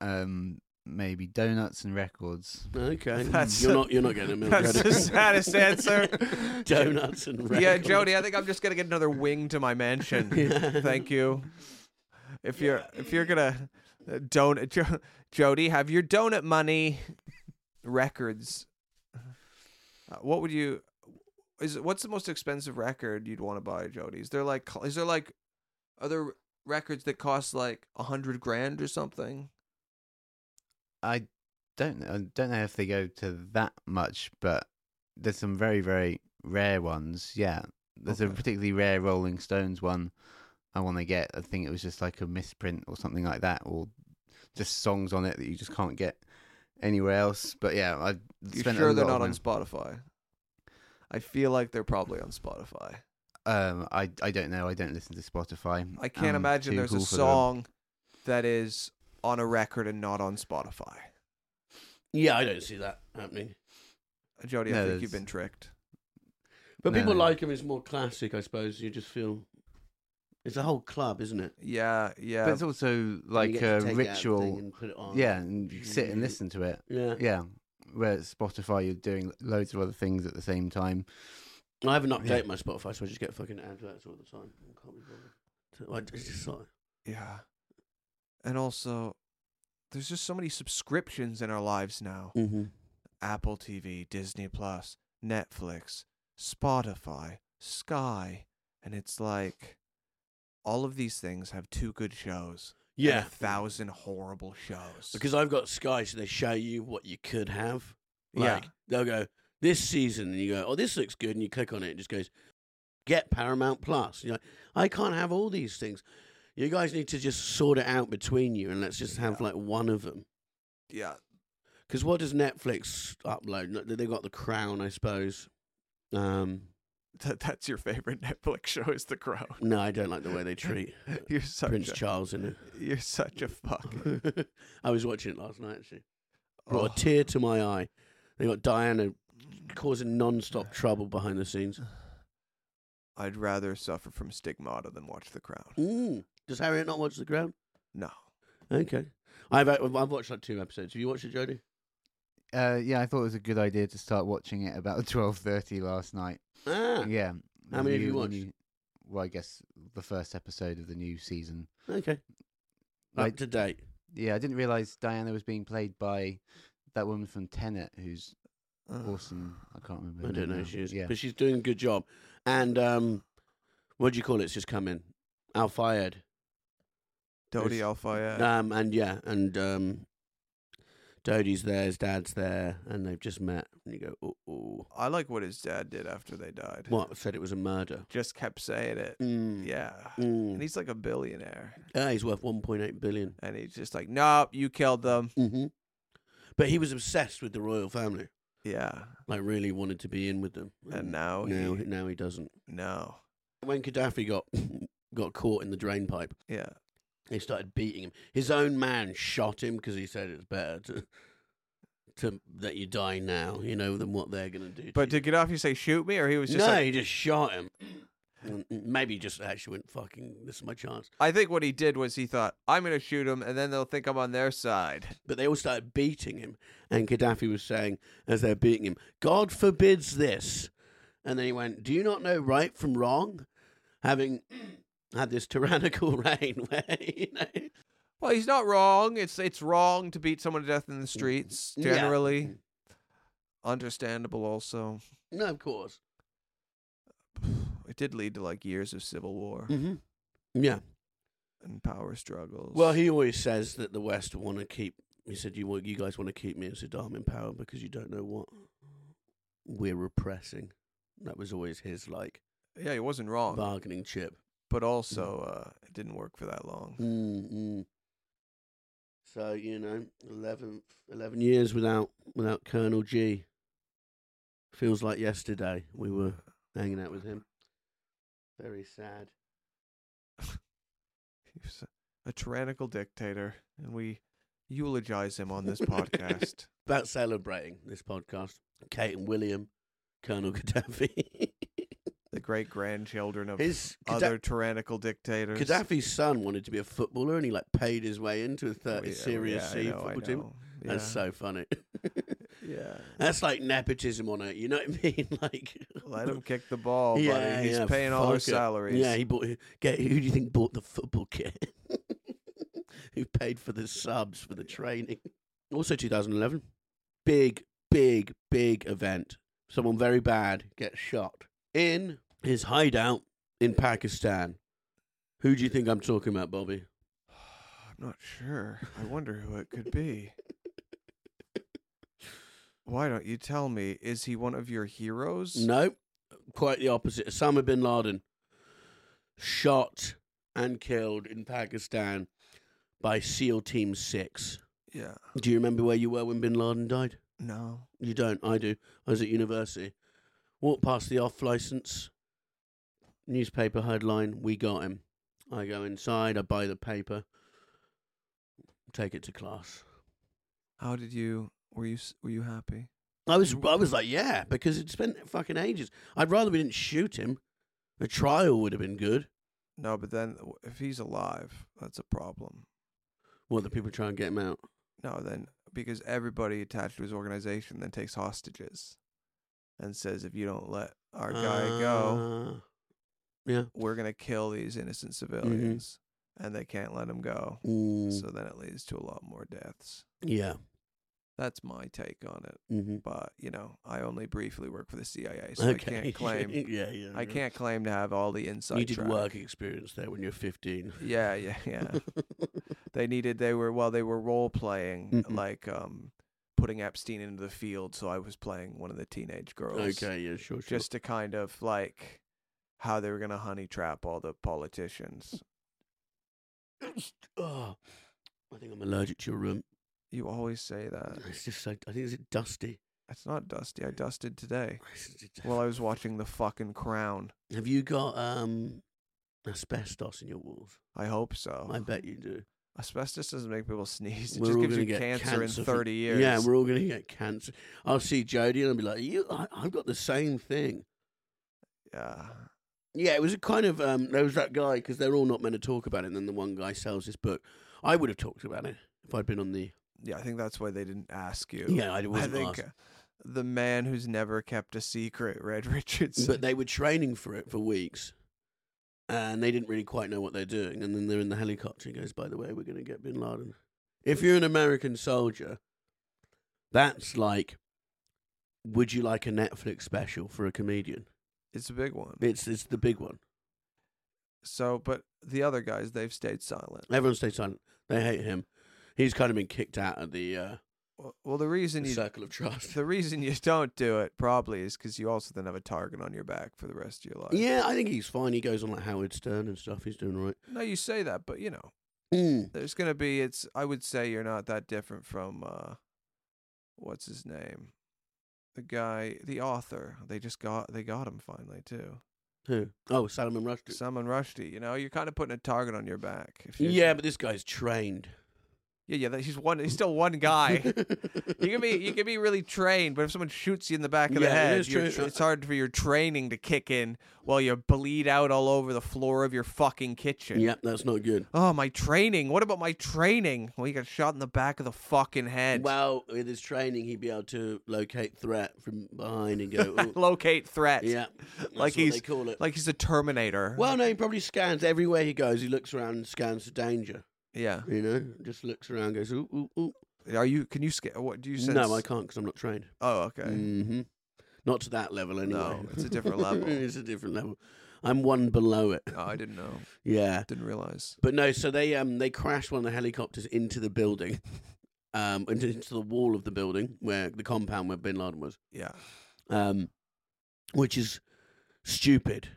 D: Um, maybe donuts and records.
B: Okay,
A: That's
B: you're
A: a-
B: not you're not getting a mil.
A: that's
B: Jody.
A: the saddest answer.
B: Donuts and records.
A: Yeah, Jody, I think I'm just gonna get another wing to my mansion.
B: Yeah.
A: Thank you. If you're if you're gonna uh, donut, jo- Jody, have your donut money records. Uh, what would you? Is what's the most expensive record you'd want to buy, Jody? Is there like is there like other records that cost like a hundred grand or something?
D: I don't know. I don't know if they go to that much, but there's some very very rare ones. Yeah, there's a
A: Okay.
D: particularly rare Rolling Stones one I want to get. I think it was just like a misprint or something like that, or just songs on it that you just can't get anywhere else. But yeah, I
A: You
D: spent
A: sure
D: a
A: they're
D: lot
A: not
D: of
A: on
D: money.
A: Spotify? I feel like they're probably on Spotify.
D: Um, I I don't know. I don't listen to Spotify.
A: I can't
D: I'm
A: imagine
D: Um, too
A: there's a
D: cool for them.
A: song that is on a record and not on Spotify.
B: Yeah, I don't see that happening.
A: Jody, I
D: No,
A: think you've
D: there's-
A: been tricked.
B: But
D: No.
B: people like him as more classic, I suppose. You just feel it's a whole club, isn't it?
A: Yeah,
D: But
A: yeah.
D: it's also
B: You
D: like
B: get to take out
D: a
B: the thing
D: ritual.
B: and put it on.
D: Yeah, and you sit
A: Mm-hmm.
D: and
B: Mhm.
D: listen to it.
B: yeah.
D: Yeah. Where Spotify, you're doing loads of other things at the same time.
B: I haven't
D: Yeah.
B: updated my Spotify, so I just get fucking adverts all the time. I can't be bothered. So I it's just like,
A: yeah. And also, there's just so many subscriptions in our lives now. Apple TV, Disney Plus, Netflix, Spotify, Sky, and it's like all of these things have two good shows. and
B: yeah,
A: a thousand horrible shows.
B: because I've got Sky, so they show you what you could have.
A: Yeah.
B: Like, they'll go this season, and you go, "Oh, this looks good," and you click on it, and it just goes, "Get Paramount Plus." You're like, I can't have all these things. You guys need to just sort it out between you, and let's just have like one of them.
A: yeah,
B: Because what does Netflix upload? No, They've got The Crown, I suppose. Um,
A: that, that's your favorite Netflix show is The Crown.
B: no, I don't like the way they treat
A: You're such
B: Prince
A: a,
B: Charles in
A: You're such a fuck.
B: it. I was watching it last night, actually. Brought
A: Oh.
B: a tear to my eye. They got Diana causing non-stop trouble behind the scenes.
A: I'd rather suffer from stigmata than watch The Crown.
B: Mm. Does Harriet not watch The Crown?
A: No.
B: Okay. I've I've watched like two episodes. Have you watched it, Jody?
D: Uh, yeah, I thought it was a good idea to start watching it about twelve thirty last night.
B: Ah,
D: Yeah.
B: How
D: The
B: many have
D: new-
B: you
D: the
B: watched?
D: new- well, I guess the first episode of the new season.
B: okay.
D: I-
B: Up to date.
D: yeah, I didn't realize Diana was being played by that woman from Tenet, who's
A: Uh,
D: awesome. I can't remember. her
B: I don't
D: name
B: know
D: now.
B: who she is,
D: Yeah.
B: but she's doing a good job. And um, what do you call it? It's just come in. Al Fayed.
A: Dodi
B: There's-
A: Alfaya.
B: Um, and yeah, and um, Dodie's there, his dad's there, and they've just met. And you go, oh, oh.
A: I like what his dad did after they died.
B: what? Said it was a murder.
A: Just kept saying it.
B: Mm.
A: Yeah.
B: Mm. Ah,
A: And he's like a billionaire.
B: Yeah, he's worth 1.8 billion.
A: And he's just like, nope, you killed them.
B: Mm-hmm. But he was obsessed with the royal family.
A: Yeah.
B: Like really wanted to be in with them.
A: And now he-
B: Mm. now, now he doesn't.
A: No.
B: When Gaddafi got got caught in the drain pipe,
A: Yeah.
B: they started beating him. His own man shot him because he said it's better to to that you die now, you know, than what they're going to do. to
A: But
B: you.
A: did Gaddafi say shoot me, or he was just
B: no,
A: like,
B: he just shot him. And Maybe he just actually went fucking. This is my chance.
A: I think what he did was he thought I'm gonna shoot him, and then they'll think I'm on their side.
B: But they all started beating him, and Gaddafi was saying as they're beating him, "God forbids this." And then he went, "Do you not know right from wrong?" Having had this tyrannical reign, where you know,
A: Well, he's not wrong. It's it's wrong to beat someone to death in the streets.
B: Mm, Yeah. Mm.
A: Generally, understandable. Also,
B: no, of course,
A: it did lead to like years of civil war
B: mm-hmm. yeah.
A: and power struggles.
B: Well, he always says that the West want to keep. He said, "You want you guys want to keep me and Saddam in power because you don't know what we're repressing." That was always his like
A: yeah, he wasn't wrong,
B: bargaining chip.
A: but
B: mm.
A: also uh, it didn't work for that long.
B: Mm-mm. Mm-hmm. So you know, 11, 11 years without without Colonel G. Feels like yesterday we were hanging out with him. Very sad.
A: He was a tyrannical dictator, and we eulogize him on this podcast.
B: About celebrating this podcast, Kate and William, Colonel Gaddafi.
A: the great grandchildren of
B: His Gadda-
A: other tyrannical dictators.
B: Gaddafi's son wanted to be a footballer, and he like paid his way into a
A: Oh,
B: thirty
A: yeah,
B: Series
A: yeah, I
B: C
A: know, I
B: football team.
A: know.
B: That's
A: Yeah.
B: so funny.
A: Yeah.
B: That's like nepotism on it. You know what I mean? Like
A: Let him kick the ball, Oh, buddy. He's paying all our
B: fuck it.
A: salaries.
B: Yeah, he bought. Get who do you think bought the football kit? who paid for the subs for the training? Also, 2011, big, big, big event. Someone very bad gets shot in his hideout in Pakistan. Who do you think I'm talking about, Bobby?
A: I'm not sure. I wonder who it could be. Why don't you tell me? Is he one of your heroes?
B: No, quite the opposite. Osama bin Laden shot and killed in Pakistan by SEAL Team 6.
A: Yeah.
B: Do you remember where you were when bin Laden died?
A: No.
B: You don't. I do. I was at university. Walked past the off license. Newspaper headline We got him. I go inside, I buy the paper, take it to class.
A: How did you? Were you? s- Were you happy?
B: I was I was like, yeah, because it spent fucking ages. I'd rather we didn't shoot him. A trial would have been good.
A: No, but then w- if he's alive, that's a problem.
B: Well, the people try and get him out.
A: No, then because everybody attached to his organization then takes hostages, and says if you don't let our guy go,
B: Uh, Yeah.
A: we're gonna kill these innocent civilians, and they can't let him go.
B: Mm-hmm. Mm,
A: So then it leads to a lot more deaths.
B: yeah.
A: That's my take on it.
B: Mm-hmm.
A: But you know, I only briefly work for the CIA, so I can't claim.
B: yeah, yeah.
A: I
B: yeah.
A: can't claim to have all the inside.
B: You did
A: track.
B: work experience there when you're 15.
A: Yeah, yeah, yeah. they needed. They were well. They were role playing,
B: Mhm.
A: like um, putting Epstein into the field. So I was playing one of the teenage girls.
B: okay, yeah, sure, sure.
A: Just to kind of like how they were gonna honey trap all the politicians.
B: oh, I think I'm allergic to your room.
A: You always say that.
B: It's just so. I think is it dusty.
A: It's not dusty. I dusted today
B: It's just-
A: while I was watching The fucking Crown.
B: Have you got um asbestos in your walls?
A: I hope so.
B: I bet you do.
A: Asbestos doesn't make people sneeze. Oh. It
B: We're
A: just
B: all
A: gives
B: gonna
A: you
B: get
A: cancer, in
B: for-
A: 30 years.
B: Yeah, we're all gonna get cancer. I'll see Jodie and I'll be like, "You, I, I've got the same thing."
A: yeah.
B: Yeah, it was a kind of um, there was that guy because they're all not meant to talk about it. And then the one guy sells this book. I would have talked about it if I'd been on the.
A: Yeah, I think that's why they didn't ask you.
B: Yeah, I
A: I
B: wasn't
A: think
B: asked.
A: uh, the man who's never kept a secret, Red Richards.
B: But they were training for it for weeks, and they didn't really quite know what they're doing. And then they're in the helicopter. and goes, by the way, we're going to get Bin Laden. If you're an American soldier, that's like, would you like a Netflix special for a comedian?
A: it's a big one.
B: It's it's the big one.
A: So, but the other guys, they've stayed silent.
B: Everyone stays silent. They hate him. He's kind of been kicked out of the, uh,
A: Well- Well, the reason
B: the
A: you
B: circle of trust.
A: the reason you don't do it probably is because you also then have a target on your back for the rest of your life.
B: Yeah, I think he's fine. He goes on like Howard Stern and stuff. He's doing all right.
A: No, you say that, but you know,
B: Mm.
A: there's gonna be. It's. I would say you're not that different from uh, what's his name? The guy, the author. They just got they got him finally too.
B: Who? Oh, Salman Rushdie.
A: Salman Rushdie. You know, you're kind of putting a target on your back. If you're-
B: yeah, but this guy's trained.
A: yeah, yeah. that- He's one. He's still one guy. you can be you can be really trained, but if someone shoots you in the back of
B: Yeah,
A: the
B: it
A: head,
B: is uh,
A: you're,
B: true.
A: tr- it's hard for your training to kick in while you bleed out all over the floor of your fucking kitchen.
B: Yep, that's not good.
A: Oh, my training. What about my training? Well, you got shot in the back of the fucking head.
B: Well, with his training, he'd be able to locate threat from behind and go. "Ooh."
A: Locate threat.
B: yeah, that's
A: like
B: what
A: he's
B: they call it.
A: like he's a Terminator.
B: well, no, he probably scans everywhere he goes. He looks around and scans for danger.
A: yeah.
B: You know, just looks around, goes ooh ooh ooh.
A: Are you? Can you scare? What do you sense?
B: No, I can't because I'm not trained.
A: Oh, okay.
B: hmm Not to that level, anyway.
A: No, it's a different level.
B: it's a different level. I'm one below it.
A: Oh, I didn't know.
B: Yeah.
A: Didn't realize.
B: But no, so they um they crashed one of the helicopters into the building, um into, into the wall of the building where the compound where Bin Laden was,
A: Yeah.
B: um, which is stupid.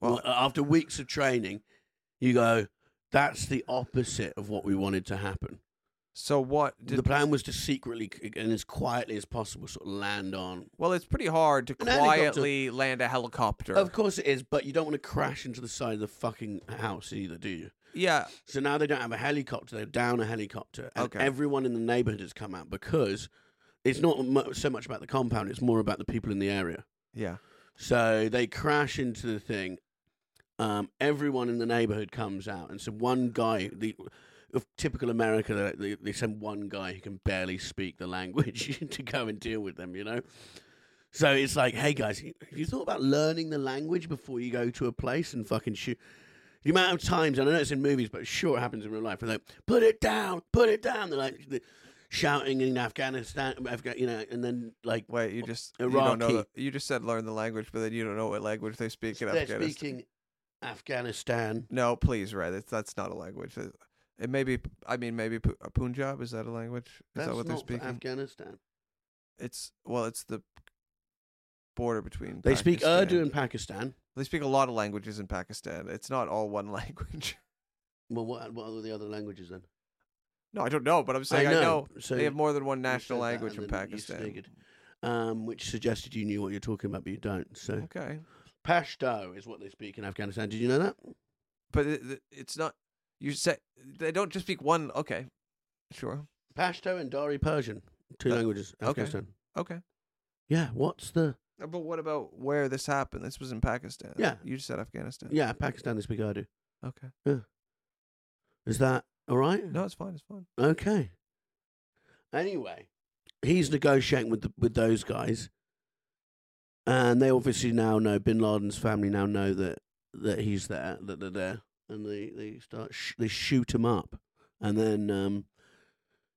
A: Well,
B: Well, after weeks of training, you go, that's the opposite of what we wanted to happen.
A: so what? Did,
B: the plan was to secretly c- and as quietly as possible sort of land on.
A: well, it's pretty hard to
B: An helicopter.
A: quietly land a helicopter.
B: Of course it is, but you don't want to crash into the side of the fucking house either, do you?
A: yeah.
B: So now they don't have a helicopter; they're down a helicopter, and
A: Okay.
B: everyone in the neighborhood has come out because it's not mu- so much about the compound; it's more about the people in the area.
A: Yeah.
B: So they crash into the thing. Um, everyone in the neighborhood comes out, and so one guy, the of typical America, they- they, they send one guy who can barely speak the language to go and deal with them, you know. So it's like, hey guys, have you thought about learning the language before you go to a place and fucking shoot? The amount of times, and I know it's in movies, but sure it happens in real life. They're like, put it down, put it down. They're like they're shouting in Afghanistan, Afga- you know, and then like
A: Wait, you just you don't know.
B: Iraqi.
A: The, you just said learn the language, but then you don't know what language they speak in
B: they're
A: Afghanistan.
B: speaking Afghanistan.
A: No, please, Red. It's, that's not a language. It, it may be. I mean, maybe Pu- uh, Punjab is that a language? Is
B: That's
A: that what they're
B: not for
A: speaking?
B: Afghanistan.
A: it's well, it's the border between.
B: They speak Urdu
A: Pakistan.
B: in Pakistan.
A: They speak a lot of languages in Pakistan. It's not all one language.
B: Well, what, what are the other languages then?
A: No, I don't know, but I'm saying I know,
B: know, so
A: they have more than one
B: You
A: national
B: said that
A: language in
B: and then you
A: Pakistan.
B: sniggered, um, which suggested you knew what you're talking about, but you don't. So
A: Okay,
B: Pashto is what they speak in Afghanistan. Did you know that?
A: but it, it- it's not. You said they don't just speak one. Okay, sure.
B: Pashto and Dari Persian, two
A: Uh,
B: languages.
A: okay.
B: Afghanistan.
A: Okay,
B: Yeah. What's the?
A: Uh, but what about where this happened? This was in Pakistan.
B: Yeah.
A: you just said Afghanistan.
B: Yeah, Pakistan they speak Urdu.
A: Okay.
B: Is that all right?
A: No, it's fine. It's fine.
B: Okay. Anyway, he's negotiating with the, with those guys, and they obviously now know Bin Laden's family now know that that he's there, that they're there, and they they start sh- they shoot him up, and then um,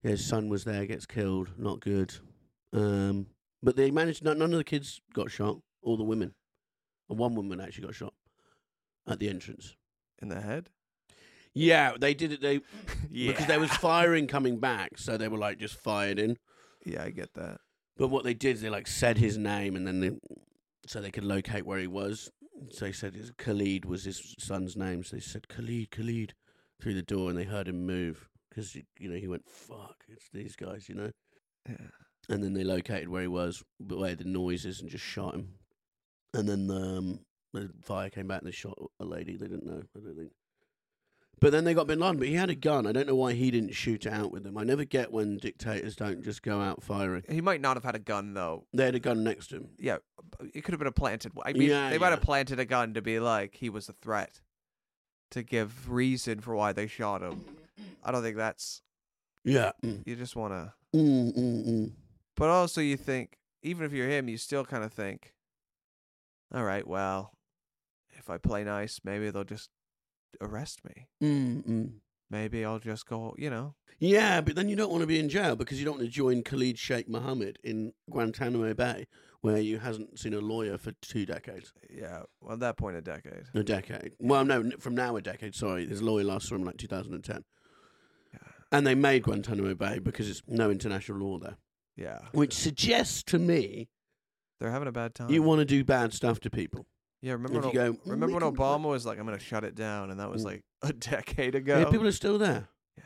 B: his son was there, gets killed, not good. Um, but they managed. No, none of the kids got shot. All the women, and one woman actually got shot at the entrance.
A: In the head.
B: Yeah, they did it. They
A: Yeah.
B: because there was firing coming back, so they were like just fired in.
A: Yeah, I get that.
B: But what they did is they like said his name, and then they so they could locate where he was. So they said his Khalid was his son's name. So they said Khalid, Khalid, through the door, and they heard him move because you know he went fuck. It's these guys, you know.
A: Yeah.
B: And then they located where he was, where the noises, and just shot him. And then um, the fire came back and they shot a lady. They didn't know, I don't think. But then they got Bin Laden, but he had a gun. I don't know why he didn't shoot it out with them. I never get when dictators don't just go out firing.
A: He might not have had a gun though.
B: They had a gun next to him.
A: Yeah, b- it could have been a planted. one. I mean,
B: Yeah,
A: they might have
B: yeah.
A: planted a gun to be like he was a threat, to give reason for why they shot him. I don't think that's.
B: Yeah. Mm,
A: You just want to,
B: mm, mm, mm.
A: but also you think even if you're him, you still kind of think, all right, well, if I play nice, maybe they'll just arrest me.
B: Mm, mm.
A: Maybe I'll just go. You know,
B: Yeah, but then you don't want to be in jail because you don't want to join Khalid Sheikh Mohammed in Guantanamo Bay, where you hasn't seen a lawyer for two decades.
A: yeah. Well, at that point, a decade.
B: A decade. Well, no, n- from now a decade. Sorry, his lawyer last saw him like 2010, and they made Guantanamo Bay because it's no international law there,
A: Yeah,
B: which suggests to me
A: they're having a bad time.
B: you want to do bad stuff to people.
A: Yeah, remember
B: If
A: when,
B: you
A: O-
B: go, "Mm,
A: remember
B: we
A: when
B: can put-"
A: Obama was like, "I'm going to shut it down," and that was
B: Mm.
A: like a decade ago.
B: Yeah, people are still there.
A: Yeah.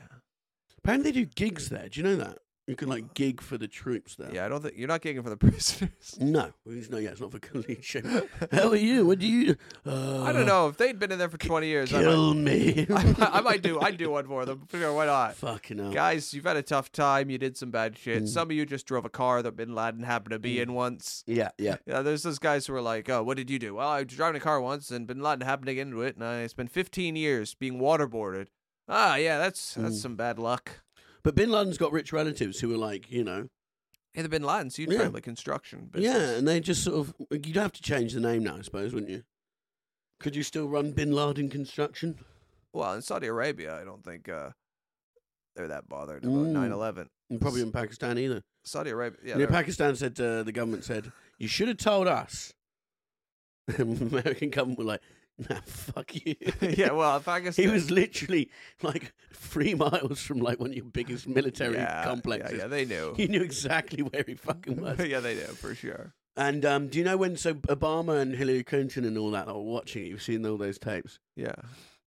B: Apparently, they do gigs there. Do you know that? You can like gig for the troops now.
A: Yeah, I don't think you're not gigging for the prisoners.
B: No, it's no, yeah, it's not for collegiate. How are you? What do you? Uh,
A: I don't know if they'd been in there for 20 years. I might,
B: Kill me.
A: I might, I might do. I'd do one for them. Sure, why not?
B: Fucking hell.
A: Guys, you've had a tough time. You did some bad
B: Mm.
A: shit. Some of you just drove a car that Bin Laden happened to be in once.
B: Yeah, yeah.
A: Yeah, there's those guys who are like, "Oh, what did you do?" Well, I was driving a car once, and Bin Laden happened to get into it, and I spent 15 years being waterboarded. Ah, yeah, that's that's
B: Mm.
A: some bad luck.
B: But Bin Laden's got rich relatives who are like, you know,
A: Hey, the Bin Laden's huge
B: Yeah.
A: family construction business.
B: yeah, and they just sort of. You'd have to change the name now, I suppose, wouldn't you? Could you still run Bin Laden Construction?
A: Well, in Saudi Arabia, I don't think uh, they're that bothered about
B: Mm.
A: 9/11.
B: And probably in Pakistan either.
A: Saudi Arabia, yeah,
B: Yeah,
A: they're-
B: Pakistan said uh, the government said you should have told us. American government were like, nah, fuck you.
A: yeah. Well, Pakistan.
B: He was literally like three miles from like one of your biggest military
A: yeah,
B: complexes.
A: Yeah, yeah, they knew.
B: He knew exactly where he fucking was.
A: yeah, they do for sure.
B: And um, do you know when so Obama and Hillary Clinton and all that are watching it? You've seen all those tapes.
A: Yeah,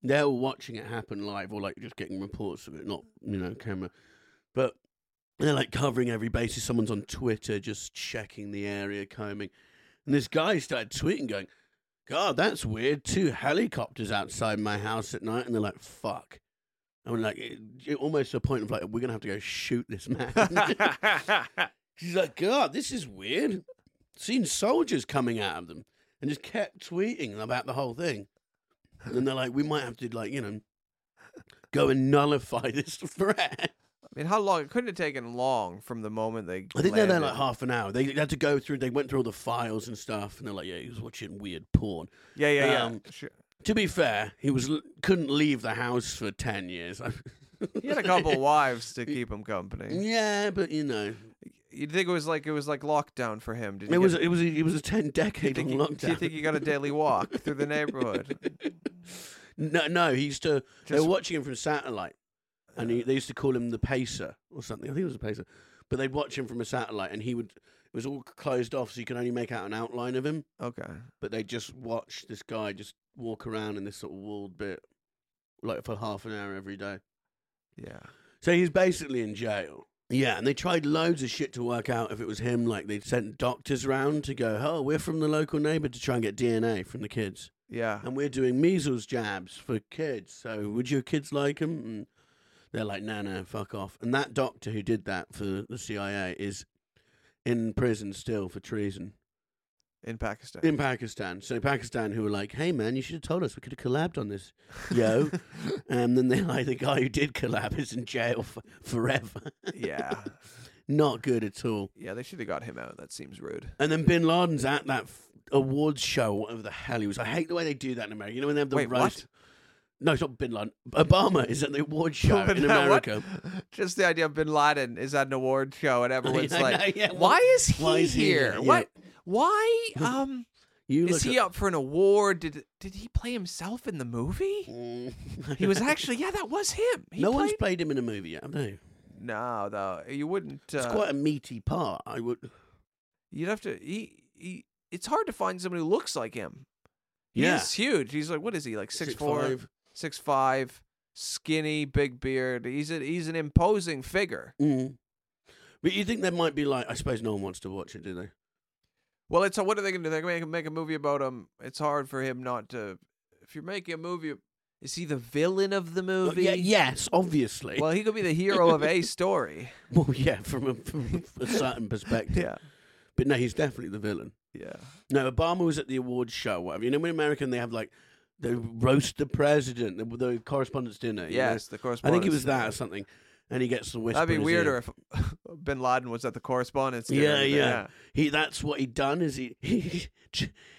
B: They're all watching it happen live, or like just getting reports of it, not you know camera. But they're like covering every basis. Someone's on Twitter just checking the area, combing. And this guy started tweeting, going, "God, that's weird. Two helicopters outside my house at night." And they're like, "Fuck." I'm like, it, it- almost to the point of like, we're gonna have to go shoot this man. She's like, God, this is weird. Seen soldiers coming out of them and just kept tweeting about the whole thing. And then they're like, we might have to, like, you know, go and nullify this threat.
A: I mean, how long? It couldn't have taken long from the moment they.
B: I think they're there like
A: landed.
B: half an hour. They had to go through, they went through all the files and stuff. And they're like, yeah, he was watching weird porn.
A: Yeah, yeah, yeah.
B: um,
A: sure.
B: To be fair, he was l- couldn't leave the house for 10 years.
A: He had a couple wives to keep him company.
B: Yeah, but you know,
A: You'd think it was like it was like lockdown for him. Did
B: it
A: you
B: was
A: Get,
B: it was a, it was a ten
A: do you
B: decade long
A: think he-
B: lockdown.
A: Do you think he got a daily walk through the neighborhood?
B: No, no, he used to. they
A: Just-
B: were watching him from satellite, and he, they used to call him the pacer or something. I think it was the pacer, but they'd watch him from a satellite, and he would. It was all closed off, so you could only make out an outline of him.
A: Okay.
B: But they just watch this guy just walk around in this sort of walled bit, like for half an hour every day.
A: Yeah.
B: So he's basically in jail. Yeah, and they tried loads of shit to work out if it was him. Like they sent doctors round to go, "Oh, we're from the local neighbour to try and get DNA from the kids."
A: Yeah.
B: and we're doing measles jabs for kids. So would your kids like them? And they're like, no, no, fuck off. And that doctor who did that for the CIA is in prison still for treason
A: In Pakistan.
B: in Pakistan. So Pakistan, who were like, hey man, you should have told us. We could have collabed on this, yo. and then they like the guy who did collab is in jail for forever.
A: yeah.
B: Not good at all.
A: Yeah. They should have got him out. That seems rude.
B: And then Bin Laden's at that f- awards show, whatever the hell he was. I hate the way they do that in America. You know when they have the
A: Wait, what?
B: roast. No, it's not Bin Laden. Obama is at the awards show
A: But
B: in
A: now what?
B: America.
A: Just the idea of Bin Laden is at an award show and everyone's
B: I
A: like,
B: know, yeah,
A: "Why
B: why-
A: is he
B: why is he
A: here?
B: here? Yeah.
A: What? Why? Um,
B: You
A: is
B: look
A: he
B: at-
A: up for an award? Did did he play himself in the movie?
B: Mm.
A: He was actually, yeah, that was him. He
B: no
A: played...
B: one's played him in a movie yet. I know.
A: No, though you wouldn't. Uh,
B: It's quite a meaty part. I would.
A: You'd have to. He, he, it's hard to find somebody who looks like him.
B: Yeah.
A: He's huge. He's like what is he like six four, six five,
B: 6'5".
A: skinny, big beard. He's a, he's an imposing figure.
B: Mm. But you think there might be like? I suppose no one wants to watch it, do they?
A: Well, it's uh, what are they gonna do? They're gonna make, make a movie about him. It's hard for him not to. If you're making a movie, is he the villain of the
B: Well,
A: movie?
B: Uh, yeah, yes, obviously.
A: Well, he could be the hero of a story.
B: Well, yeah, from a, from a certain perspective. But no, he's definitely the villain.
A: yeah.
B: No, Obama was at the awards show. Whatever. You know, when American they have like they roast the president, the, the correspondence dinner. you know?
A: Yes, the
B: I think it
A: correspondence
B: was that
A: dinner.
B: or something. And he gets the whisper.
A: That'd be
B: in his
A: weirder
B: ear.
A: if Bin Laden was at the correspondence. dinner,
B: Yeah,
A: but
B: yeah, He that's what he done is he he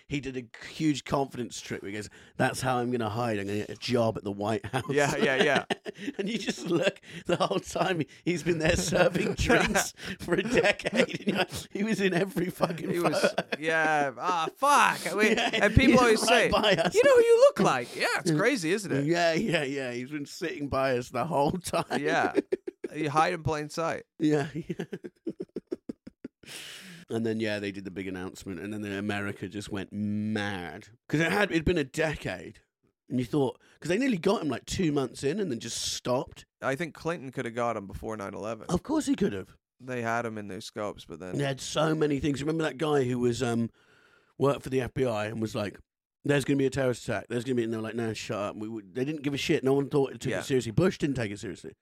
B: he did a huge confidence trick. Where he goes, "That's how I'm going to hide. I'm going to get a job at the White House."
A: Yeah, yeah, yeah.
B: and you just look the whole time he- he's been there serving drinks for a decade. And you're like, he was in every fucking.
A: He was,
B: photo.
A: yeah, ah, fuck. I mean,
B: Yeah,
A: and people
B: he's
A: always
B: right
A: say,
B: by us.
A: you know who you look like. Yeah, it's crazy, isn't it?
B: Yeah, yeah, yeah. He's been sitting by us the whole time.
A: Yeah. You hide in plain sight.
B: yeah, yeah. and then yeah, they did the big announcement, and then the America just went mad because it had it'd been a decade, and you thought because they nearly got him like two months in, and then just stopped.
A: I think Clinton could have got him before 9 11.
B: Of course he could have.
A: they had him in their scopes, but then
B: They had so many things. Remember that guy who was um worked for the FBI and was like, "There's going to be a terrorist attack. There's going to be," and they were like, "No, shut up." We, we, they didn't give a shit. No one thought it took
A: Yeah.
B: it seriously. Bush didn't take it seriously.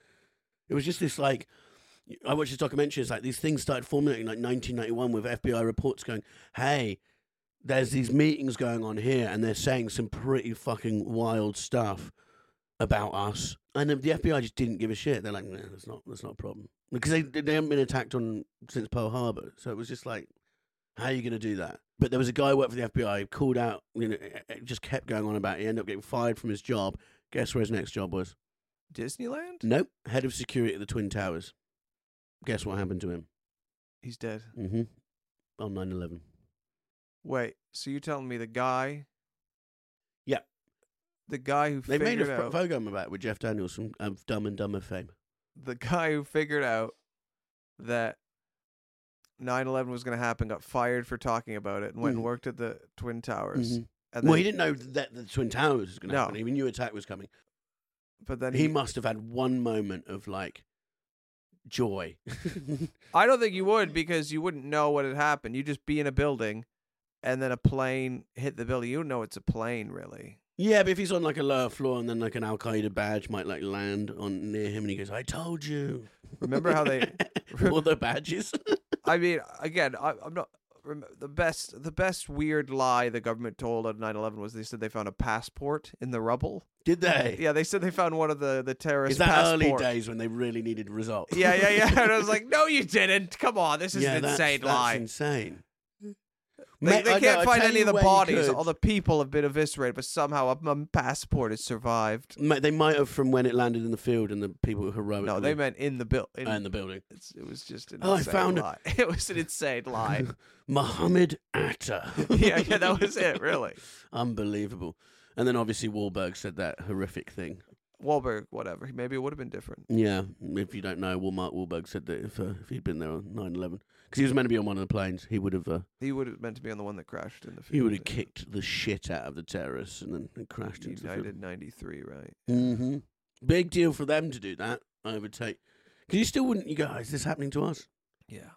B: It was just this like. I watched this documentary. It's like these things started formulating like 1991 with FBI reports going, "Hey, there's these meetings going on here, and they're saying some pretty fucking wild stuff about us." And then the FBI just didn't give a shit. They're like, "No, that's not that's not a problem," because they they haven't been attacked on since Pearl Harbor. So it was just like, "How are you going to do that?" But there was a guy who worked for the FBI who called out. You know, it- it just kept going on about. It. He ended up getting fired from his job. Guess where his next job was?
A: Disneyland.
B: Nope, head of security at the Twin Towers. Guess what happened to him?
A: He's dead.
B: Mm-hmm. On 9 11.
A: Wait, so you're telling me the guy?
B: Yeah.
A: the guy who
B: They made
A: figured
B: a pro-
A: out
B: program about it with Jeff Daniels from um, Dumb and Dumber fame.
A: the guy who figured out that 9/11 was going to happen got fired for talking about it and went
B: Mhm.
A: and worked at the twin towers.
B: Mhm.
A: And
B: Well,
A: then-
B: he didn't know that the Twin Towers was going to
A: No.
B: happen. He knew attack was coming.
A: But then
B: he, must have had one moment of like joy.
A: I don't think you would because you wouldn't know what had happened. You'd just be in a building and then a plane hit the building. You don't know it's a plane, really.
B: yeah, but if he's on like a lower floor and then like an Al Qaeda badge might like land on near him and he goes, "I told you."
A: Remember how they-
B: all the badges?
A: I mean, again, I, I'm not. rem- The best, the best weird lie the government told on 9/11 was they said they found a passport in the rubble.
B: Did they?
A: Yeah, they said they found one of the the terrorists.
B: Is that
A: passport.
B: early days when they really needed results?
A: Yeah, yeah, yeah. And I was like, no, you didn't. Come on, this is
B: yeah,
A: an
B: that's,
A: insane
B: that's
A: lie.
B: insane.
A: They,
B: Mate, I
A: they
B: know,
A: can't
B: I
A: find
B: tell
A: any
B: you
A: of the
B: where you
A: bodies.
B: could.
A: All the people have been eviscerated, but somehow a, a passport has survived.
B: Ma- They might have from when it landed in the field and the people were heroic.
A: No, they meant in the bill. In,
B: and the building.
A: it's, it was just an
B: Oh, I
A: insane
B: found it.
A: lie. It. was an insane lie.
B: Mohammed Atta.
A: yeah, yeah, that was it. Really,
B: Unbelievable. And then obviously Wahlberg said that horrific thing.
A: Wahlberg, whatever. Maybe it would have been different.
B: Yeah, if you don't know, well, Mark Wahlberg said that if uh, if he'd been there on 9-11. because he was meant to be on one of the planes, he would have uh,
A: He would have meant to be on the one that crashed in the field.
B: he would have kicked the shit out of the terrorists and then and crashed into the
A: United '93, right?
B: hmm Big deal for them to do that. Overtake. Because you still wouldn't. You go, "Oh, is this happening to us?
A: Yeah.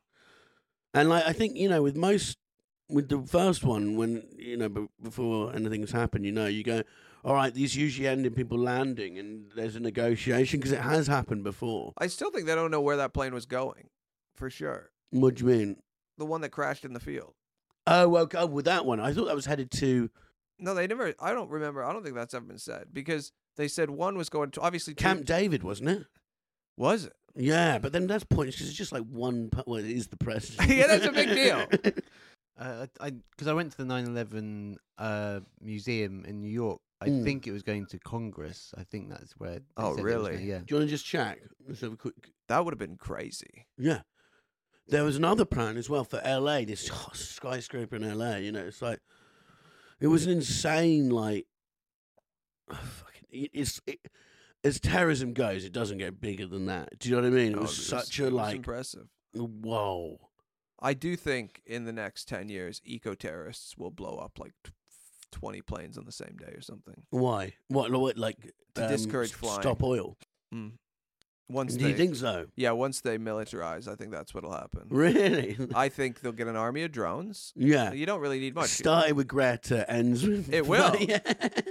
B: And like I think you know, with most, with the first one, when you know b- before anything's happened, you know, you go, all right, these usually end in people landing, and there's a negotiation because it has happened before.
A: I still think they don't know where that plane was going, for sure.
B: What do you mean?
A: The one that crashed in the field.
B: Oh well, oh, with that one, I thought that was headed to
A: No, they never. I don't remember. I don't think that's ever been said because they said one was going to obviously two-
B: Camp David, wasn't it?
A: Was it?
B: Yeah, but then that's pointless because it's just like one. pu- Well, it is the president.
A: Yeah, that's a big deal.
D: Because Uh, I, because I went to the 9/11 uh, museum in New York. I
B: Mm.
D: think it was going to Congress. I think that's where. they
A: Oh,
D: said it was
A: really?
D: gonna- yeah.
B: do you want to just check? Let's have a quick
A: That would have been crazy.
B: Yeah. There was another plan as well for LA, this skyscraper in LA, you know, it's like it was an insane like oh, fucking it- it's it, as terrorism goes, it doesn't get bigger than that. Do you know what I mean? It
A: Oh,
B: was such a
A: it was
B: like
A: impressive.
B: whoa.
A: I do think in the next ten years, eco terrorists will blow up like t- twenty planes on the same day or something.
B: Why? What what like um,
A: To discourage
B: s-
A: flying.
B: Stop oil.
A: Mm. Once
B: Do
A: they,
B: you think so?
A: yeah, once they militarize, I think that's what'll happen.
B: Really?
A: I think they'll get an army of drones.
B: yeah.
A: You don't really need much.
B: Started with Greta, ends with
A: It will.
B: Yeah.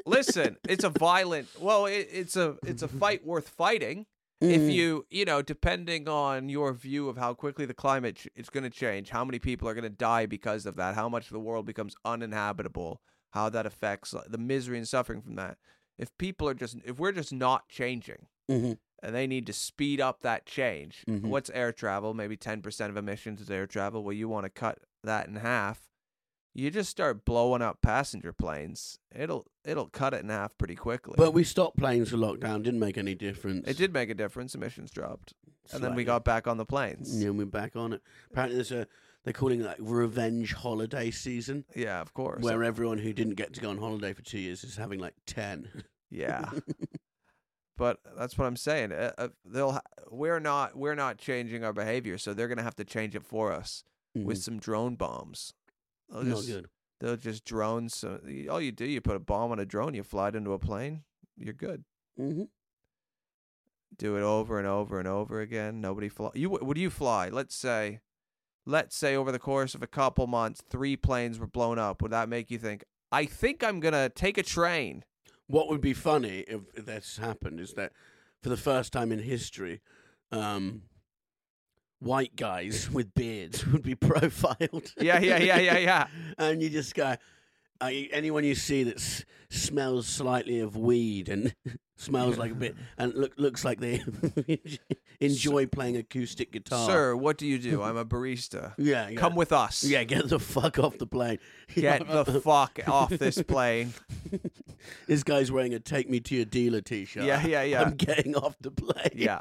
A: Listen, it's a violent. Well, it, it's a it's a fight worth fighting.
B: Mm.
A: if you you know depending on your view of how quickly the climate ch- it's going to change how many people are going to die because of that how much the world becomes uninhabitable how that affects like, the misery and suffering from that if people are just if we're just not changing
B: Mhm.
A: and they need to speed up that change
B: Mhm.
A: what's air travel maybe 10% of emissions is air travel well you want to cut that in half you just start blowing up passenger planes it'll it'll cut it in half pretty quickly
B: But we stopped planes for lockdown, didn't make any difference.
A: it did make a difference emissions dropped and then we
B: Slightly.
A: got back on the planes.
B: Yeah, and we're back on it. Apparently, there's a they're calling it like revenge holiday season,
A: Yeah, of course.
B: where everyone who didn't get to go on holiday for two years is having like ten.
A: yeah, but that's what I'm saying. Uh, uh, they'll ha- we're not we're not changing our behavior, so they're gonna have to change it for us
B: Mm-hmm.
A: with some drone bombs. They'll
B: not
A: just,
B: good.
A: They'll just drone some. All you do, you put a bomb on a drone, you fly it into a plane, you're good.
B: Mm-hmm.
A: do it over and over and over again. Nobody fly. You w- would you fly? Let's say, let's say over the course of a couple months, three planes were blown up. Would that make you think? I think I'm gonna take a train.
B: What would be funny if this happened is that for the first time in history, um, white guys with beards would be profiled.
A: Yeah, yeah, yeah, yeah, yeah.
B: and you just go, uh, you- anyone you see that s- smells slightly of weed and smells like a bit and look, looks like they enjoy playing acoustic guitar.
A: Sir, what do you do? I'm a barista.
B: Yeah, yeah.
A: Come with us.
B: Yeah, get the fuck off the plane.
A: Get the fuck off this plane.
B: This guy's wearing a "Take Me to Your Dealer" t-shirt.
A: Yeah, yeah, yeah.
B: I'm getting off the plane.
A: Yeah.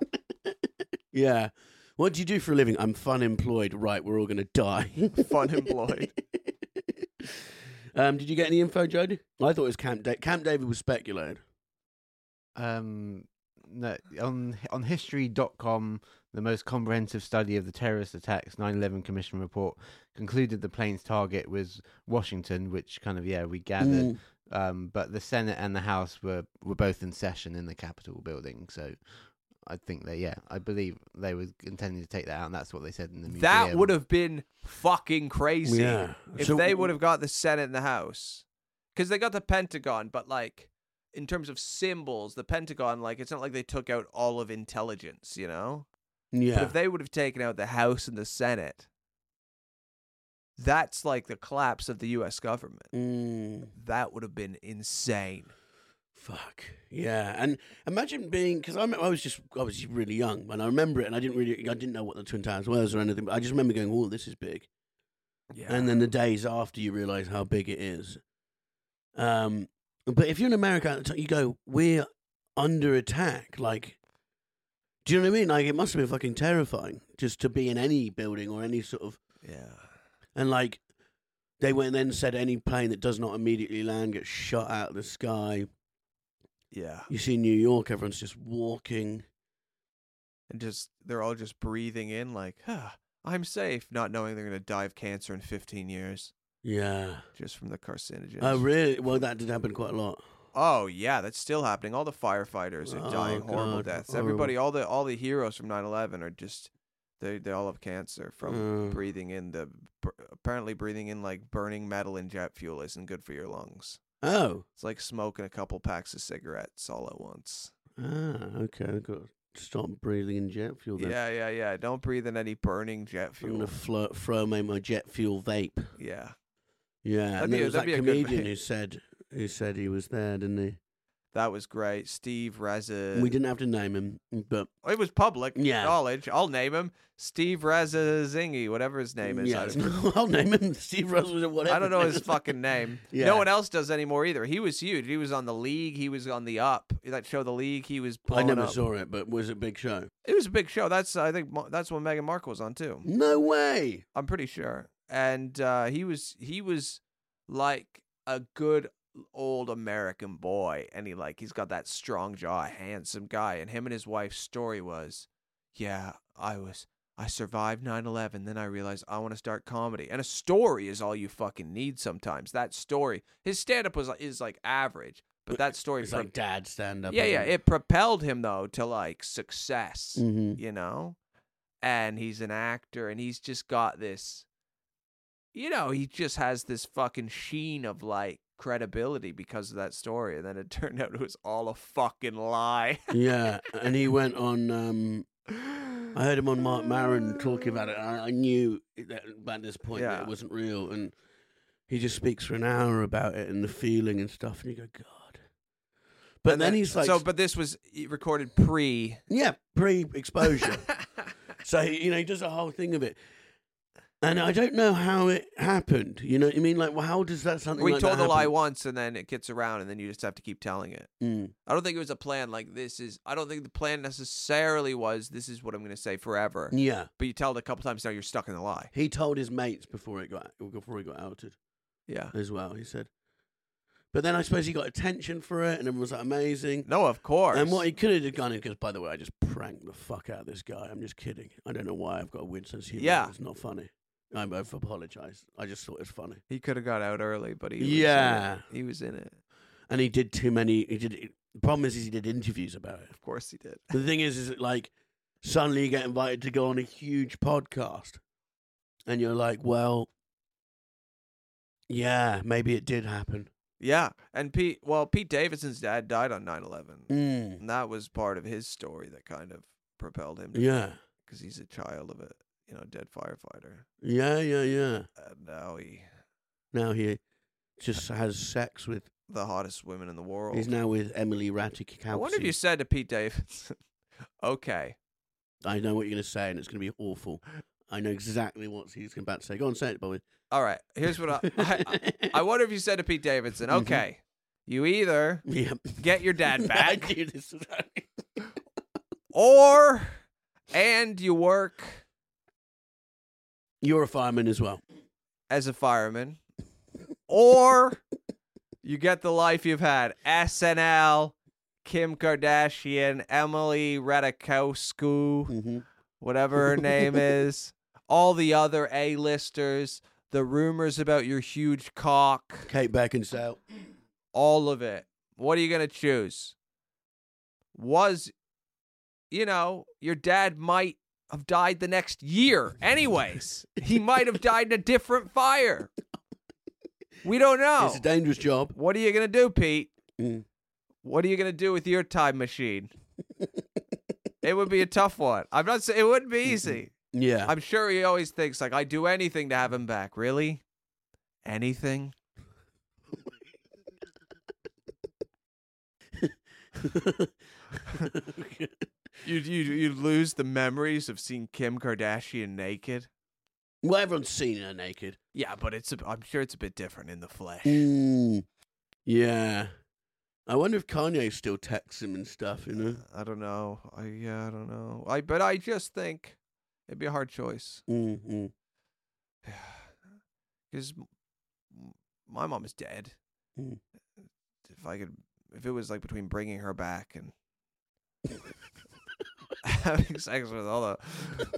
B: yeah. What do you do for a living? I'm fun employed. Right, we're all gonna die.
A: Fun employed.
B: um, did you get any info, Jody? I thought it was Camp David. Camp David was speculated.
D: Um, no, on on history.com, the most comprehensive study of the terrorist attacks 9/11 Commission report concluded the plane's target was Washington, which kind of yeah we
B: Mm.
D: gathered.
A: Mm.
D: Um, but the Senate and the House were were both in session in the Capitol building, so. I think they, yeah, I believe they were intending to take that out, and that's what they said in the museum.
A: That would have been fucking crazy
B: Yeah.
A: if
B: So-
A: they would have got the Senate and the House, because they got the Pentagon. But like, in terms of symbols, the Pentagon, like, it's not like they took out all of intelligence, you know.
B: Yeah.
A: But if they would have taken out the House and the Senate, that's like the collapse of the U.S. government.
B: Mm,
A: That would have been insane.
B: fuck. Yeah. And imagine being because I remember I was just I was really young and I remember it and I didn't really I didn't know what the Twin Towers was or anything, but I just remember going, "Oh, this is big."
A: Yeah.
B: and then the days after you realize how big it is. Um, but if you're in America at the time, you go, "We're under attack." Like, do you know what I mean? Like, it must have been fucking terrifying just to be in any building or any sort of
A: yeah.
B: and like. They went and then said any plane that does not immediately land gets shot out of the sky.
A: Yeah.
B: You see New York, everyone's just walking.
A: and just they're all just breathing in like ah, i'm safe not knowing they're going to die of cancer in 15 years
B: Yeah.
A: just from the carcinogens
B: Oh, really? Well, that did happen quite a lot.
A: oh yeah that's still happening all the firefighters are dying
B: Oh,
A: horrible
B: God,
A: deaths
B: horrible.
A: everybody all the all the heroes from 9-11 are just they, they all have cancer from
B: Mm.
A: breathing in the br- apparently breathing in like burning metal and jet fuel isn't good for your lungs
B: Oh.
A: it's like smoking a couple packs of cigarettes all at once
B: Ah, okay. I've got to stop breathing in jet fuel then.
A: yeah yeah yeah don't breathe in any burning jet
B: Oh, I'm gonna
A: fuel
B: flo- throw away my jet fuel vape.
A: yeah
B: Yeah,
A: That'd
B: and
A: be
B: there
A: a-
B: was that
A: that'd be a good
B: comedian
A: vape.
B: who said who said he was there, didn't he?
A: that was great steve Razzin.
B: we didn't have to name him, but
A: It was public
B: Yeah.
A: knowledge. I'll name him Steve Razazingi, whatever his name is. I
B: yeah,
A: don't-
B: I'll name him Steve Russell or whatever.
A: I don't know his fucking name.
B: Yeah.
A: No one else does anymore either. He was huge. He was on the league. He was on the up. That show, the league. He was.
B: I
A: blowing
B: never
A: up.
B: saw it, but was it Big Show?
A: It was a big show. That's I think Ma- that's when Meghan Markle was on too.
B: No way.
A: I'm pretty sure. And uh, he was he was like a good old American boy, and he like he's got that strong jaw, handsome guy. And him and his wife's story was, yeah, I was I survived 9/11, then I realized I want to start comedy. And a story is all you fucking need sometimes. That story, his stand up was is like average, but that story,
B: It's
A: pro-
B: like dad stand up.
A: yeah, yeah, it propelled him though to like success
B: Mm-hmm.
A: you know? And he's an actor and he's just got this you know, he just has this fucking sheen of like credibility because of that story and then it turned out it was all a fucking lie.
B: yeah, and he went on. Um, I heard him on Mark Maron talking about it. I, I knew that by this point that
A: Yeah.
B: it wasn't real, and he just speaks for an hour about it and the feeling and stuff, and you go, God. But
A: And
B: then, he's like,
A: So but this was e, recorded pre
B: yeah, pre-exposure. so he, you know, he does a whole thing of it, and I don't know how it happened. You know what I mean? Like, well, how does that something?
A: we
B: like that
A: told the lie
B: happen?
A: once and then it gets around and then you just have to keep telling it.
B: Mm.
A: I don't think it was a plan like this is I don't think the plan necessarily was this is what I'm gonna say forever.
B: Yeah,
A: But you tell it a couple times now you're stuck in the lie.
B: he told his mates before it got before he got outed.
A: Yeah.
B: as well. He said, but then I suppose he got attention for it, and everyone was like, amazing.
A: No, of course.
B: And what he could have done is, because by the way, I just pranked the fuck out of this guy. I'm just kidding. I don't know why I've got a weird sense of humor.
A: Yeah.
B: it's not funny. I, I've apologized. I just thought it was funny.
A: He could have got out early, but he was in it.
B: Yeah.
A: he was in it.
B: and he did too many. He did. The problem is, is he did interviews about it.
A: Of course he did.
B: The thing is, is that, like suddenly you get invited to go on a huge podcast, and you're like, well, yeah, maybe it did happen.
A: Yeah. And Pete, well, Pete Davidson's dad died on 9 11.
B: Mm.
A: And that was part of his story that kind of propelled him to
B: Yeah,
A: because he's a child of a you know dead firefighter,
B: yeah, yeah, yeah.
A: and now he
B: Now he just has sex with.
A: the hottest woman in the world.
B: He's now with Emily Ratajkowski.
A: I wonder if you said to Pete Davidson, "Okay,
B: I know what you're going to say, and it's going to be awful. I know exactly what he's about to say. Go on, say it, Bobby.
A: all right, here's what I I, I wonder if you said to Pete Davidson,
B: Mhm.
A: okay, you either
B: Yeah.
A: get your dad
B: Mm. I
A: back
B: knew this was happening.
A: or and you work
B: You're a fireman as well.
A: as a fireman or you get the life you've had." SNL, Kim Kardashian, Emily Ratajkowski.
B: Mm-hmm.
A: whatever her name is, all the other A-listers, the rumors about your huge cock,
B: Kate Beckinsale.
A: all of it. What are you going to choose? Was, you know, your dad might have died the next year, anyways. he might have died in a different fire. We don't know.
B: It's a dangerous job.
A: what are you going to do, Pete?
B: Mm.
A: What are you going to do with your time machine? it would be a tough one. I'm not saying it wouldn't be easy.
B: Yeah.
A: I'm sure he always thinks like I do anything to have him back. Really? Anything? You you you lose the memories of seeing Kim Kardashian naked.
B: well, everyone's seen her naked.
A: Yeah, but it's a, I'm sure it's a bit different in the flesh.
B: Mm. Yeah. I wonder if Kanye still texts him and stuff, you know?
A: I don't know. I yeah, I don't know. I but I just think it'd be a hard choice
B: Mm-hmm.
A: because my mom is dead.
B: Mm.
A: If I could, if it was like between bringing her back and having sex with all the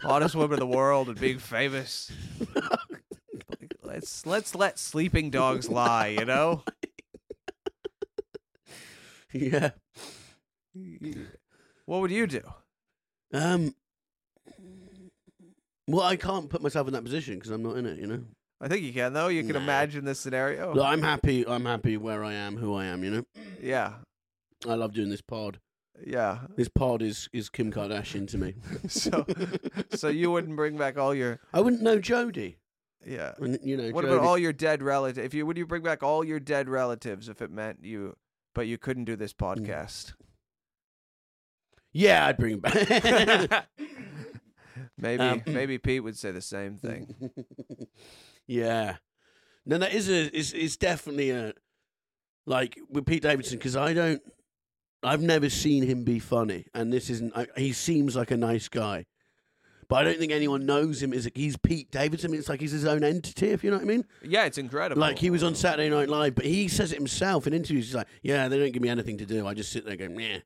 A: hottest women in the world and being famous. Like, Let's let's let sleeping dogs lie, you know.
B: Yeah.
A: What would you do?
B: Um. Well, I can't put myself in that position because I'm not in it, you know?
A: I think you can though. You can
B: Nah.
A: imagine this scenario.
B: Look, I'm happy. I'm happy where I am, who I am, you know?
A: Yeah,
B: I love doing this pod.
A: yeah.
B: This pod is, is Kim Kardashian to me.
A: So so you wouldn't bring back all your
B: I wouldn't know Jody.
A: yeah.
B: And, you know,
A: What
B: Jodie-
A: about all your dead relatives? If you would you bring back all your dead relatives if it meant you, but you couldn't do this
B: Mm.
A: podcast?
B: Yeah, I'd bring him back.
A: Maybe
B: Um,
A: maybe Pete would say the same thing.
B: yeah. No, that is a. It's, it's definitely a. Like with Pete Davidson, because I don't. I've never seen him be funny, and this isn't. I, he seems like a nice guy, but I don't think anyone knows him. Is he's Pete Davidson? It's like he's his own entity, if you know what I mean.
A: Yeah, it's incredible.
B: Like he was on Saturday Night Live, but he says it himself in interviews. He's like, "Yeah, they don't give me anything to do. I just sit there going, yeah."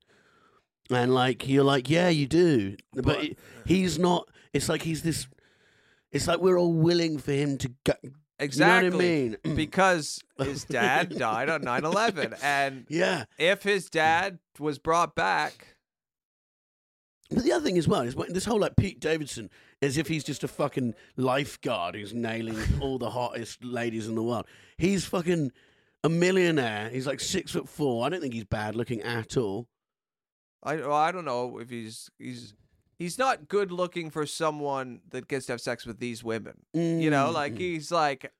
B: And like you're like, "Yeah, you do," but,
A: But-
B: he- he's not. It's like he's this. It's like we're all willing for him to go.
A: exactly
B: You know what I mean?
A: because his dad died on 9/11 and
B: Yeah.
A: if his dad was brought back,
B: But the other thing as well is what- this whole like Pete Davidson, as if he's just a fucking lifeguard who's nailing all the hottest ladies in the world. He's fucking a millionaire. He's like six foot four. I don't think he's bad looking at all.
A: I well, I don't know if he's he's he's not good looking for someone that gets to have sex with these women. You know, like he's like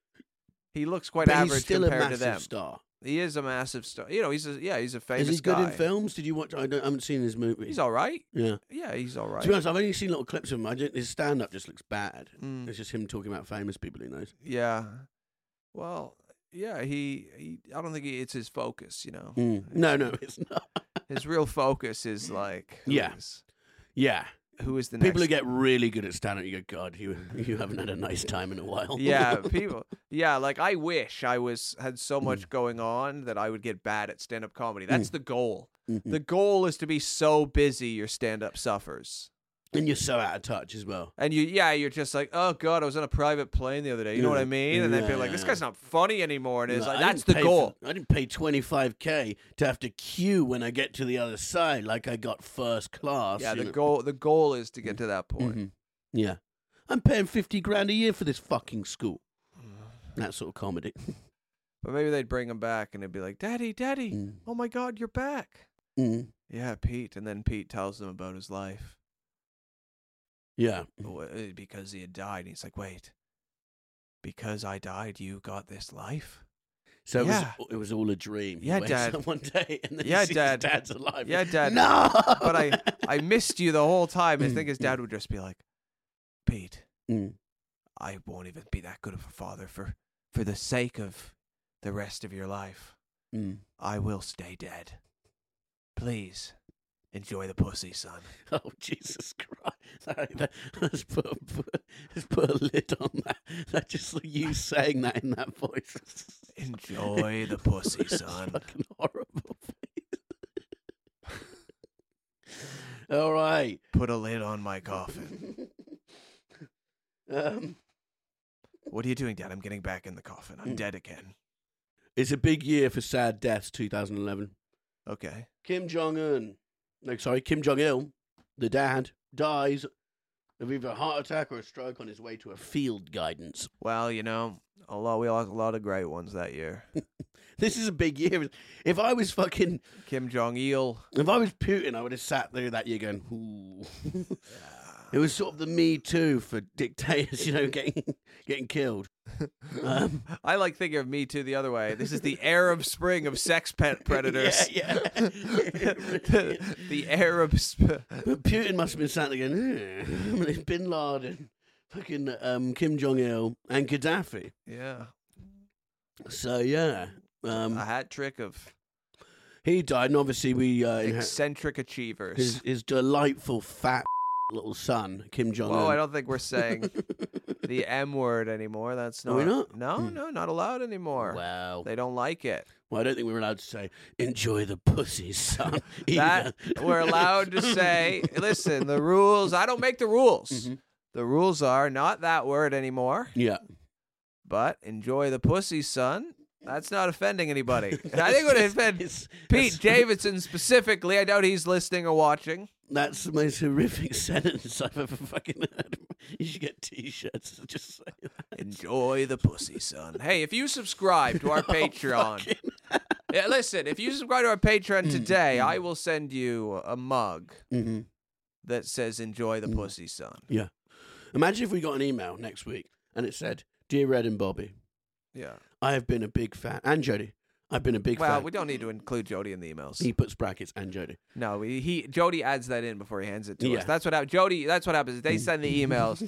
A: he looks quite
B: Mm-hmm. but
A: average
B: he's still
A: compared
B: a massive
A: to them.
B: star.
A: He is a massive star. You know, he's a, yeah, he's a famous
B: Is he good
A: guy.
B: in films? Did you watch? I, don't, I haven't seen his movies.
A: He's all right.
B: yeah.
A: Yeah, he's all right.
B: To be honest, I've only seen little clips of him. I don't, his stand-up just looks bad.
A: Mm.
B: It's just him talking about famous people he knows.
A: Yeah. Well, yeah, he, he I don't think he, it's his focus, you know.
B: Mm. No, no, it's not.
A: His real focus is like who
B: Yeah.
A: is-
B: Yeah,
A: who is the
B: people who
A: next
B: get really good at stand-up, you go, God, you you haven't had a nice time in a while.
A: yeah, people. Yeah, like I wish I was had so
B: Mm.
A: much going on that I would get bad at stand
B: Mm. Mm-hmm.
A: up comedy. That's the goal. The goal is to be so busy your stand up suffers.
B: And you're so out of touch as well.
A: And you, yeah, you're just like, oh god, I was on a private plane the other day. You know what I
B: Yeah.
A: mean? And they'd be
B: Yeah,
A: like, this
B: yeah.
A: guy's not funny anymore. And it's
B: Like,
A: like,
B: I
A: that's
B: didn't
A: the
B: pay
A: goal.
B: for- I didn't pay 25k to have to queue when I get to the other side, like I got first class.
A: Yeah,
B: you
A: the
B: know.
A: goal. The goal is
B: Mm.
A: to get to that point.
B: Mm-hmm.
D: Mhm.
B: Yeah, I'm paying 50 grand a year for this fucking school. That sort of comedy.
A: But maybe they'd bring him back and it'd be like, Daddy, Daddy,
B: Mm.
A: oh my God, you're back.
B: Mm.
A: Yeah, Pete. And then Pete tells them about his life
B: Yeah,
A: w- uh, because he had died. And he's like, wait, because I died, you got this life?
B: so
A: Yeah.
B: it was it was all a dream. He
A: Yeah,
B: wakes
A: Dad.
B: up One day, and then he
A: Yeah,
B: sees
A: Dad.
B: His dad's alive.
A: Yeah, Dad.
B: No,
A: But I, I missed you the whole time. I think his dad would just be like, Pete,
B: Mm.
A: I won't even be that good of a father for, for the sake of the rest of your life.
B: Mm.
A: I will stay dead. Please enjoy the pussy, son.
B: Oh Jesus Christ! Sorry, that, let's put, a- put let's put a lid on that. That just like you saying that in that voice.
A: Enjoy the pussy,
B: It's
A: son.
B: Fucking horrible. All right.
A: Put a lid on my coffin.
B: Um,
A: What are you doing, Dad? I'm getting back in the coffin. I'm dead again.
B: it's a big year for sad deaths. 2011.
A: Okay.
B: Kim Jong Un. No, sorry, Kim Jong Il, the dad, dies of either a heart attack or a stroke on his way to a field guidance.
A: Well, you know, a lot we lost a lot of great ones that year.
B: This is a big year. If I was fucking
A: Kim Jong Il.
B: If I was Putin, I would have sat there that year going, "Ooh." it was sort of the Me Too for dictators, you know, getting getting killed. Um,
A: I like thinking of me too the other way. This is the Arab Spring of sex pet predators.
B: Yeah, yeah.
A: the, the Arab. Sp-
B: but Putin must have been sat there going, "Eh." I mean, it's Bin Laden, fucking um, Kim Jong Il, and Gaddafi.
A: yeah.
B: So yeah,
A: A
B: um,
A: hat trick of
B: he died, and obviously we uh, inher-
A: eccentric achievers.
B: his his delightful fat little son Kim Jong Un.
A: Whoa, I don't think we're saying the M word anymore. That's not.
B: Are we not? Hmm.
A: No, no, not allowed anymore.
B: Wow.
A: They don't like it.
B: Well, I don't think we were allowed to say "enjoy the pussy, son."
A: That
B: either.
A: we're allowed to say, listen, the rules, I don't make the rules.
B: Mm-hmm.
A: The rules are not that word anymore,
B: yeah,
A: but enjoy the pussy, son. That's not offending anybody. I think it would
B: It's-
A: offend
B: it's-
A: Pete
B: that's-
A: Davidson specifically. I doubt he's listening or watching.
B: that's the most horrific sentence I've ever fucking heard. You should get T-shirts that just say that.
A: Enjoy the pussy, son. Hey, if you subscribe to our Patreon,
B: Oh, Fucking-
A: Yeah, listen, if you subscribe to our Patreon
B: Mm,
A: today, I will send you a mug
B: Mhm.
A: that says "Enjoy the
B: Mm.
A: Pussy, Son."
B: Yeah. Imagine if we got an email next week and it said, "Dear Red and Bobby,
A: Yeah.
B: I have been a big fan, and Jody, I've been a big
A: Well,
B: fan."
A: we don't need to include Jody in the emails.
B: He puts brackets and Jody.
A: No, he, he Jody adds that in before he hands it to
B: Yeah.
A: us. That's what hap- Jody. That's what happens. They send the emails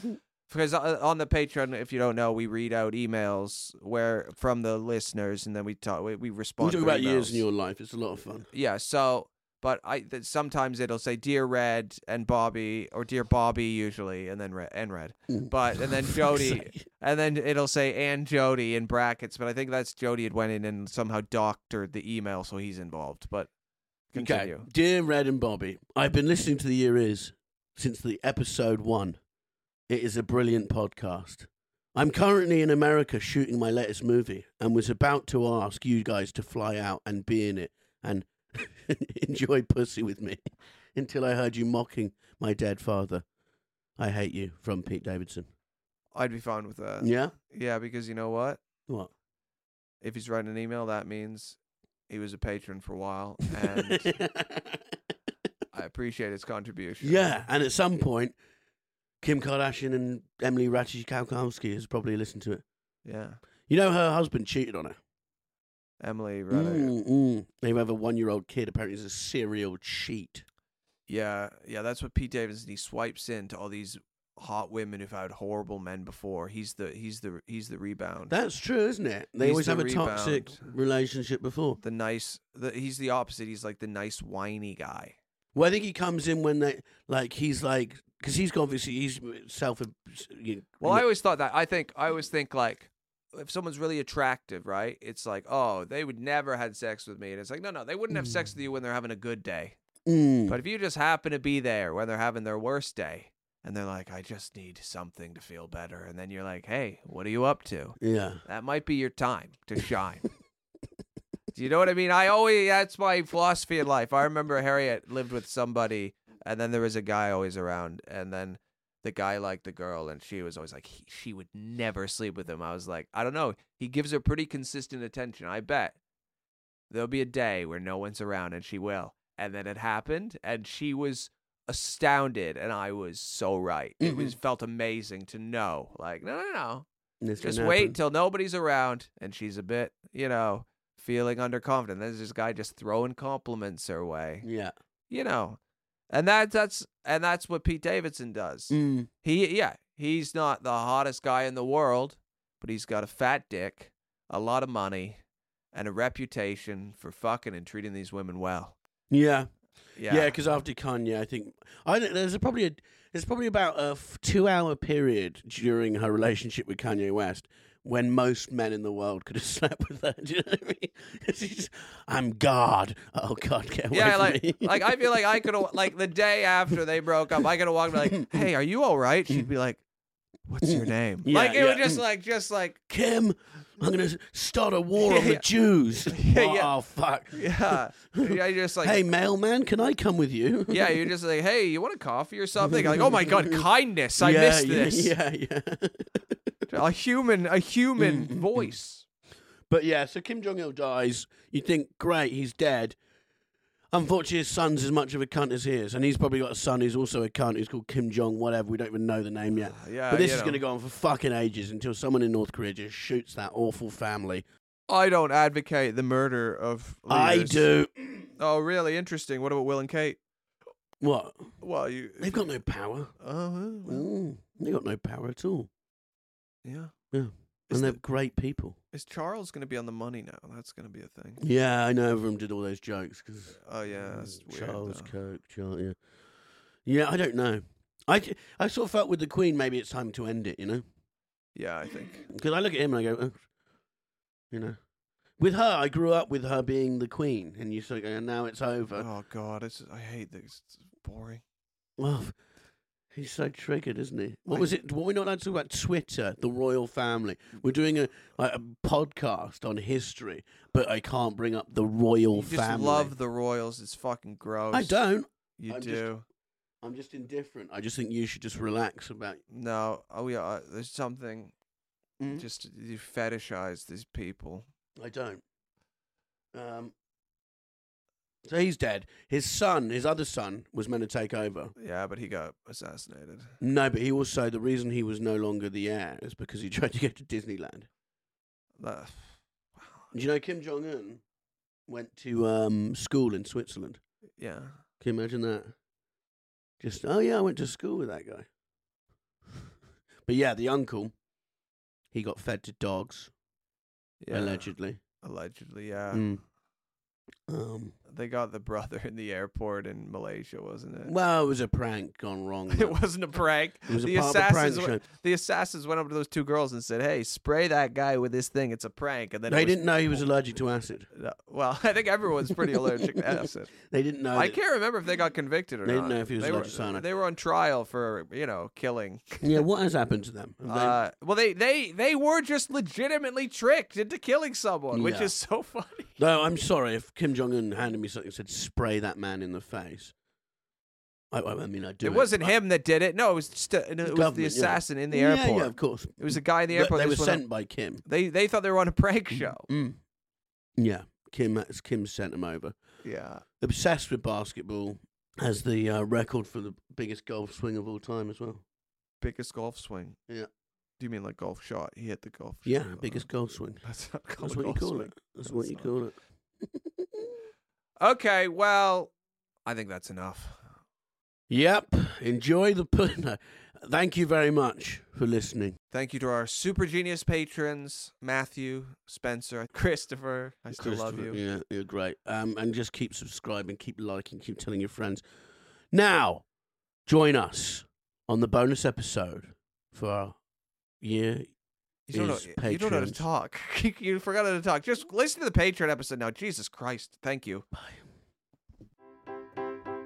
A: because uh, on the Patreon, if you don't know, we read out emails where from the listeners, and then we talk. We, we
B: We
A: respond.
B: talk
A: to their
B: about years in
A: emails.
B: your life. It's a lot of fun.
A: Yeah. So, but I th- sometimes it'll say dear Red and Bobby or dear Bobby usually, and then Red and Red, but and then Jody,
B: sake.
A: and then it'll say and Jody in brackets. But I think that's Jody had went in and somehow doctored the email, so he's involved. But continue.
B: Okay. Dear Red and Bobby, I've been listening to The Year Is since the episode one. It is a brilliant podcast. I'm currently in America shooting my latest movie and was about to ask you guys to fly out and be in it and enjoy pussy with me until I heard you mocking my dead father. I hate you from Pete Davidson.
A: I'd be fine with that.
B: yeah?
A: Yeah, because you know what?
B: What?
A: If he's writing an email, that means he was a patron for a while, and I appreciate his contribution.
B: Yeah, and at some point, Kim Kardashian and Emily Ratajkowski has probably listened to it.
A: yeah.
B: You know, her husband cheated on her.
A: Emily, right? oh,
B: Mm, mm. They have a one-year-old kid. Apparently, is a serial cheat.
A: Yeah, yeah, that's what Pete Davidson. He swipes into all these hot women who've had horrible men before. He's the he's the he's the rebound.
B: That's true, isn't it? They
A: He's
B: always
A: the
B: have a toxic
A: rebound.
B: relationship before.
A: the nice. The, he's the opposite. He's like the nice whiny guy.
B: Well, I think he comes in when they like he's like because he's obviously he's self. You know,
A: Well, I always thought that. I think I always think like if someone's really attractive, right? It's like oh, they would never had sex with me, and it's like no, no, they wouldn't have sex with you when they're having a good day.
B: Mm.
A: But if you just happen to be there when they're having their worst day, and they're like, I just need something to feel better. And then you're like, hey, what are you up to?
B: Yeah.
A: That might be your time to shine. Do you know what I mean? I always, that's my philosophy in life. I remember Harriet lived with somebody, and then there was a guy always around, and then the guy liked the girl, and she was always like, he, she would never sleep with him. I was like, I don't know. He gives her pretty consistent attention. I bet there'll be a day where no one's around, and she will. And then it happened, and she was astounded, and I was so right. It was felt amazing to know, like, no, no, no,
B: This
A: just
B: can
A: wait
B: happen.
A: till nobody's around and she's a bit, you know, feeling underconfident. There's this guy just throwing compliments her way,
B: Yeah.
A: you know, and that that's and that's what Pete Davidson does.
B: Mm.
A: He yeah, he's not the hottest guy in the world, but he's got a fat dick, a lot of money, and a reputation for fucking and treating these women well.
B: Yeah.
A: Yeah,
B: Yeah, because after Kanye, I think I think there's a, probably a there's probably about a f- two hour period during her relationship with Kanye West when most men in the world could have slept with her. Do you know what I mean? She's, I'm God. Oh God, get away
A: yeah,
B: from
A: like,
B: me.
A: like I feel like I could have like the day after they broke up, I could have walked up like, "Hey, are you all right?" She'd be like, "What's your name?"
B: Yeah,
A: like it was
B: yeah.
A: just like, just like,
B: Kim, I'm gonna s- start a war on
A: Yeah,
B: the
A: yeah.
B: Jews.
A: Yeah, yeah.
B: Oh fuck.
A: yeah, yeah, you're just like,
B: hey mailman, can I come with you?
A: yeah, you're just like, "Hey, you want a coffee or something?" Like, oh my god, kindness, I
B: yeah,
A: missed
B: yeah,
A: this.
B: Yeah, yeah.
A: A human, a
B: Mm,
A: human voice.
B: But yeah, so Kim Jong Il dies. You think, great, he's dead. Unfortunately, his son's as much of a cunt as he is, and he's probably got a son who's also a cunt who's called Kim Jong. Whatever, we don't even know the name yet.
A: Yeah,
B: but this
A: you
B: is
A: know.
B: going to go on for fucking ages until someone in North Korea just shoots that awful family.
A: I don't advocate the murder of.
B: I
A: leaders.
B: do.
A: Oh, really interesting. What about Will and Kate?
B: What?
A: Well, you.
B: They've got no power.
A: Oh, well,
B: Mm, they got no power at all.
A: yeah.
B: Yeah,
A: Is
B: and they're
A: the-
B: great people.
A: Is Charles going to be on the money now? That's going to be a thing.
B: Yeah, I know everyone did all those jokes because
A: Oh yeah, that's weird,
B: Mm, Charles
A: though.
B: Koch, Charles, yeah, yeah. I don't know. I, j- I sort of felt with the Queen, maybe it's time to end it. You know,
A: Yeah, I think.
B: because I look at him and I go, oh. you know, with her, I grew up with her being the Queen, and you sort of go, and now it's over.
A: Oh God, it's I hate this. It's boring.
B: Well, he's so triggered, isn't he? What was it? What we're not allowed to talk about Twitter, the royal family. We're doing a, like, a podcast on history, but I can't bring up the royal
A: You just
B: family.
A: love the Royals. It's fucking gross.
B: I don't.
A: You
B: I'm just-
A: do.
B: I'm just indifferent. I just think you should just relax about.
A: No. Oh yeah. uh, There's something.
B: Mm.
A: Just you fetishize these people.
B: I don't. Um. So he's dead. His son, his other son, was meant to take over.
A: Yeah, but he got assassinated.
B: No, but he also the reason he was no longer the heir is because he tried to go to Disneyland.
A: That-
B: Do you know Kim Jong Un went to um, school in Switzerland?
A: yeah.
B: Can you imagine that? Just oh yeah, I went to school with that guy. but yeah, the uncle, he got fed to dogs
A: Yeah.
B: allegedly.
A: Allegedly. Yeah.
B: Mm. Um,
A: They got the brother in the airport in Malaysia, wasn't it?
B: well, it was a prank gone wrong.
A: it wasn't a prank.
B: It was a
A: the
B: part of a prank
A: assassins.
B: show.
A: went, the assassins went up to those two girls and said, "Hey, spray that guy with this thing. It's a prank." And then it
B: They
A: was-
B: didn't know he was allergic to acid.
A: No, well, I think everyone's pretty allergic to acid.
B: They didn't know.
A: I
B: that-
A: can't remember if they got convicted or
B: They
A: not.
B: didn't know if he was
A: they were,
B: allergic to cyanide.
A: They were on trial for you know killing.
B: Yeah, what has happened to them? Have they-
A: Uh, well, they they they were just legitimately tricked into killing someone, which
B: Yeah.
A: is so funny.
B: no, I'm sorry if Kim Jong Un handed me something and said spray that man in the face. I, I I mean, I do.
A: it wasn't
B: I-
A: him that did it. No, it was just a, no, it was the
B: government, yeah.
A: assassin in the
B: Yeah,
A: airport.
B: Yeah, of course.
A: It was a guy in the
B: But
A: airport.
B: They
A: that
B: were
A: just went
B: sent
A: up-
B: by Kim.
A: They they thought they were on a prank show.
B: Mm. Yeah, Kim. that's- Kim sent him over.
A: Yeah.
B: Obsessed with basketball. Has the uh, record for the biggest golf swing of all time as well.
A: Biggest golf swing.
B: Yeah.
A: Do you mean like golf shot? He hit the golf.
B: Yeah,
A: shot.
B: biggest golf swing.
A: That's not called
B: That's
A: a
B: what you
A: golf
B: call
A: swing.
B: it. That's what
A: That's
B: you
A: not-
B: call it.
A: Okay, well, I think that's enough.
B: Yep. Enjoy the put. No. Thank you very much for listening.
A: Thank you to our super genius patrons, Matthew, Spencer, Christopher. I still love you.
B: Christopher. Yeah, you're great. Um, and just keep subscribing, keep liking, keep telling your friends. Now, join us on the bonus episode for our year.
A: You don't, know,
B: Is
A: you don't know how to
B: patrons.
A: talk. you forgot how to talk. Just listen to the Patreon episode now. Jesus Christ. Thank you.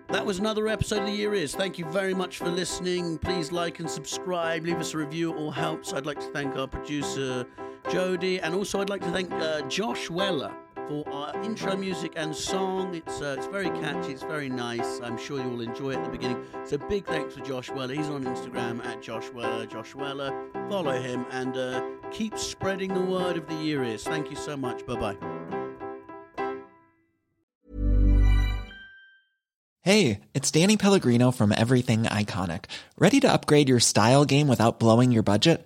B: That was another episode of The Year Is. Thank you very much for listening. Please like and subscribe. Leave us a review. It all helps. I'd like to thank our producer, Jody. And also, I'd like to thank uh, Josh Weller for our intro music and song. It's, uh, it's very catchy. It's very nice. I'm sure you'll enjoy it at the beginning. So big thanks for Josh Weller. He's on Instagram at Josh Weller. Josh Weller. Follow him and uh, keep spreading the word of The Year Is. Thank you so much. Bye-bye.
E: Hey, it's Danny Pellegrino from Everything Iconic. Ready to upgrade your style game without blowing your budget?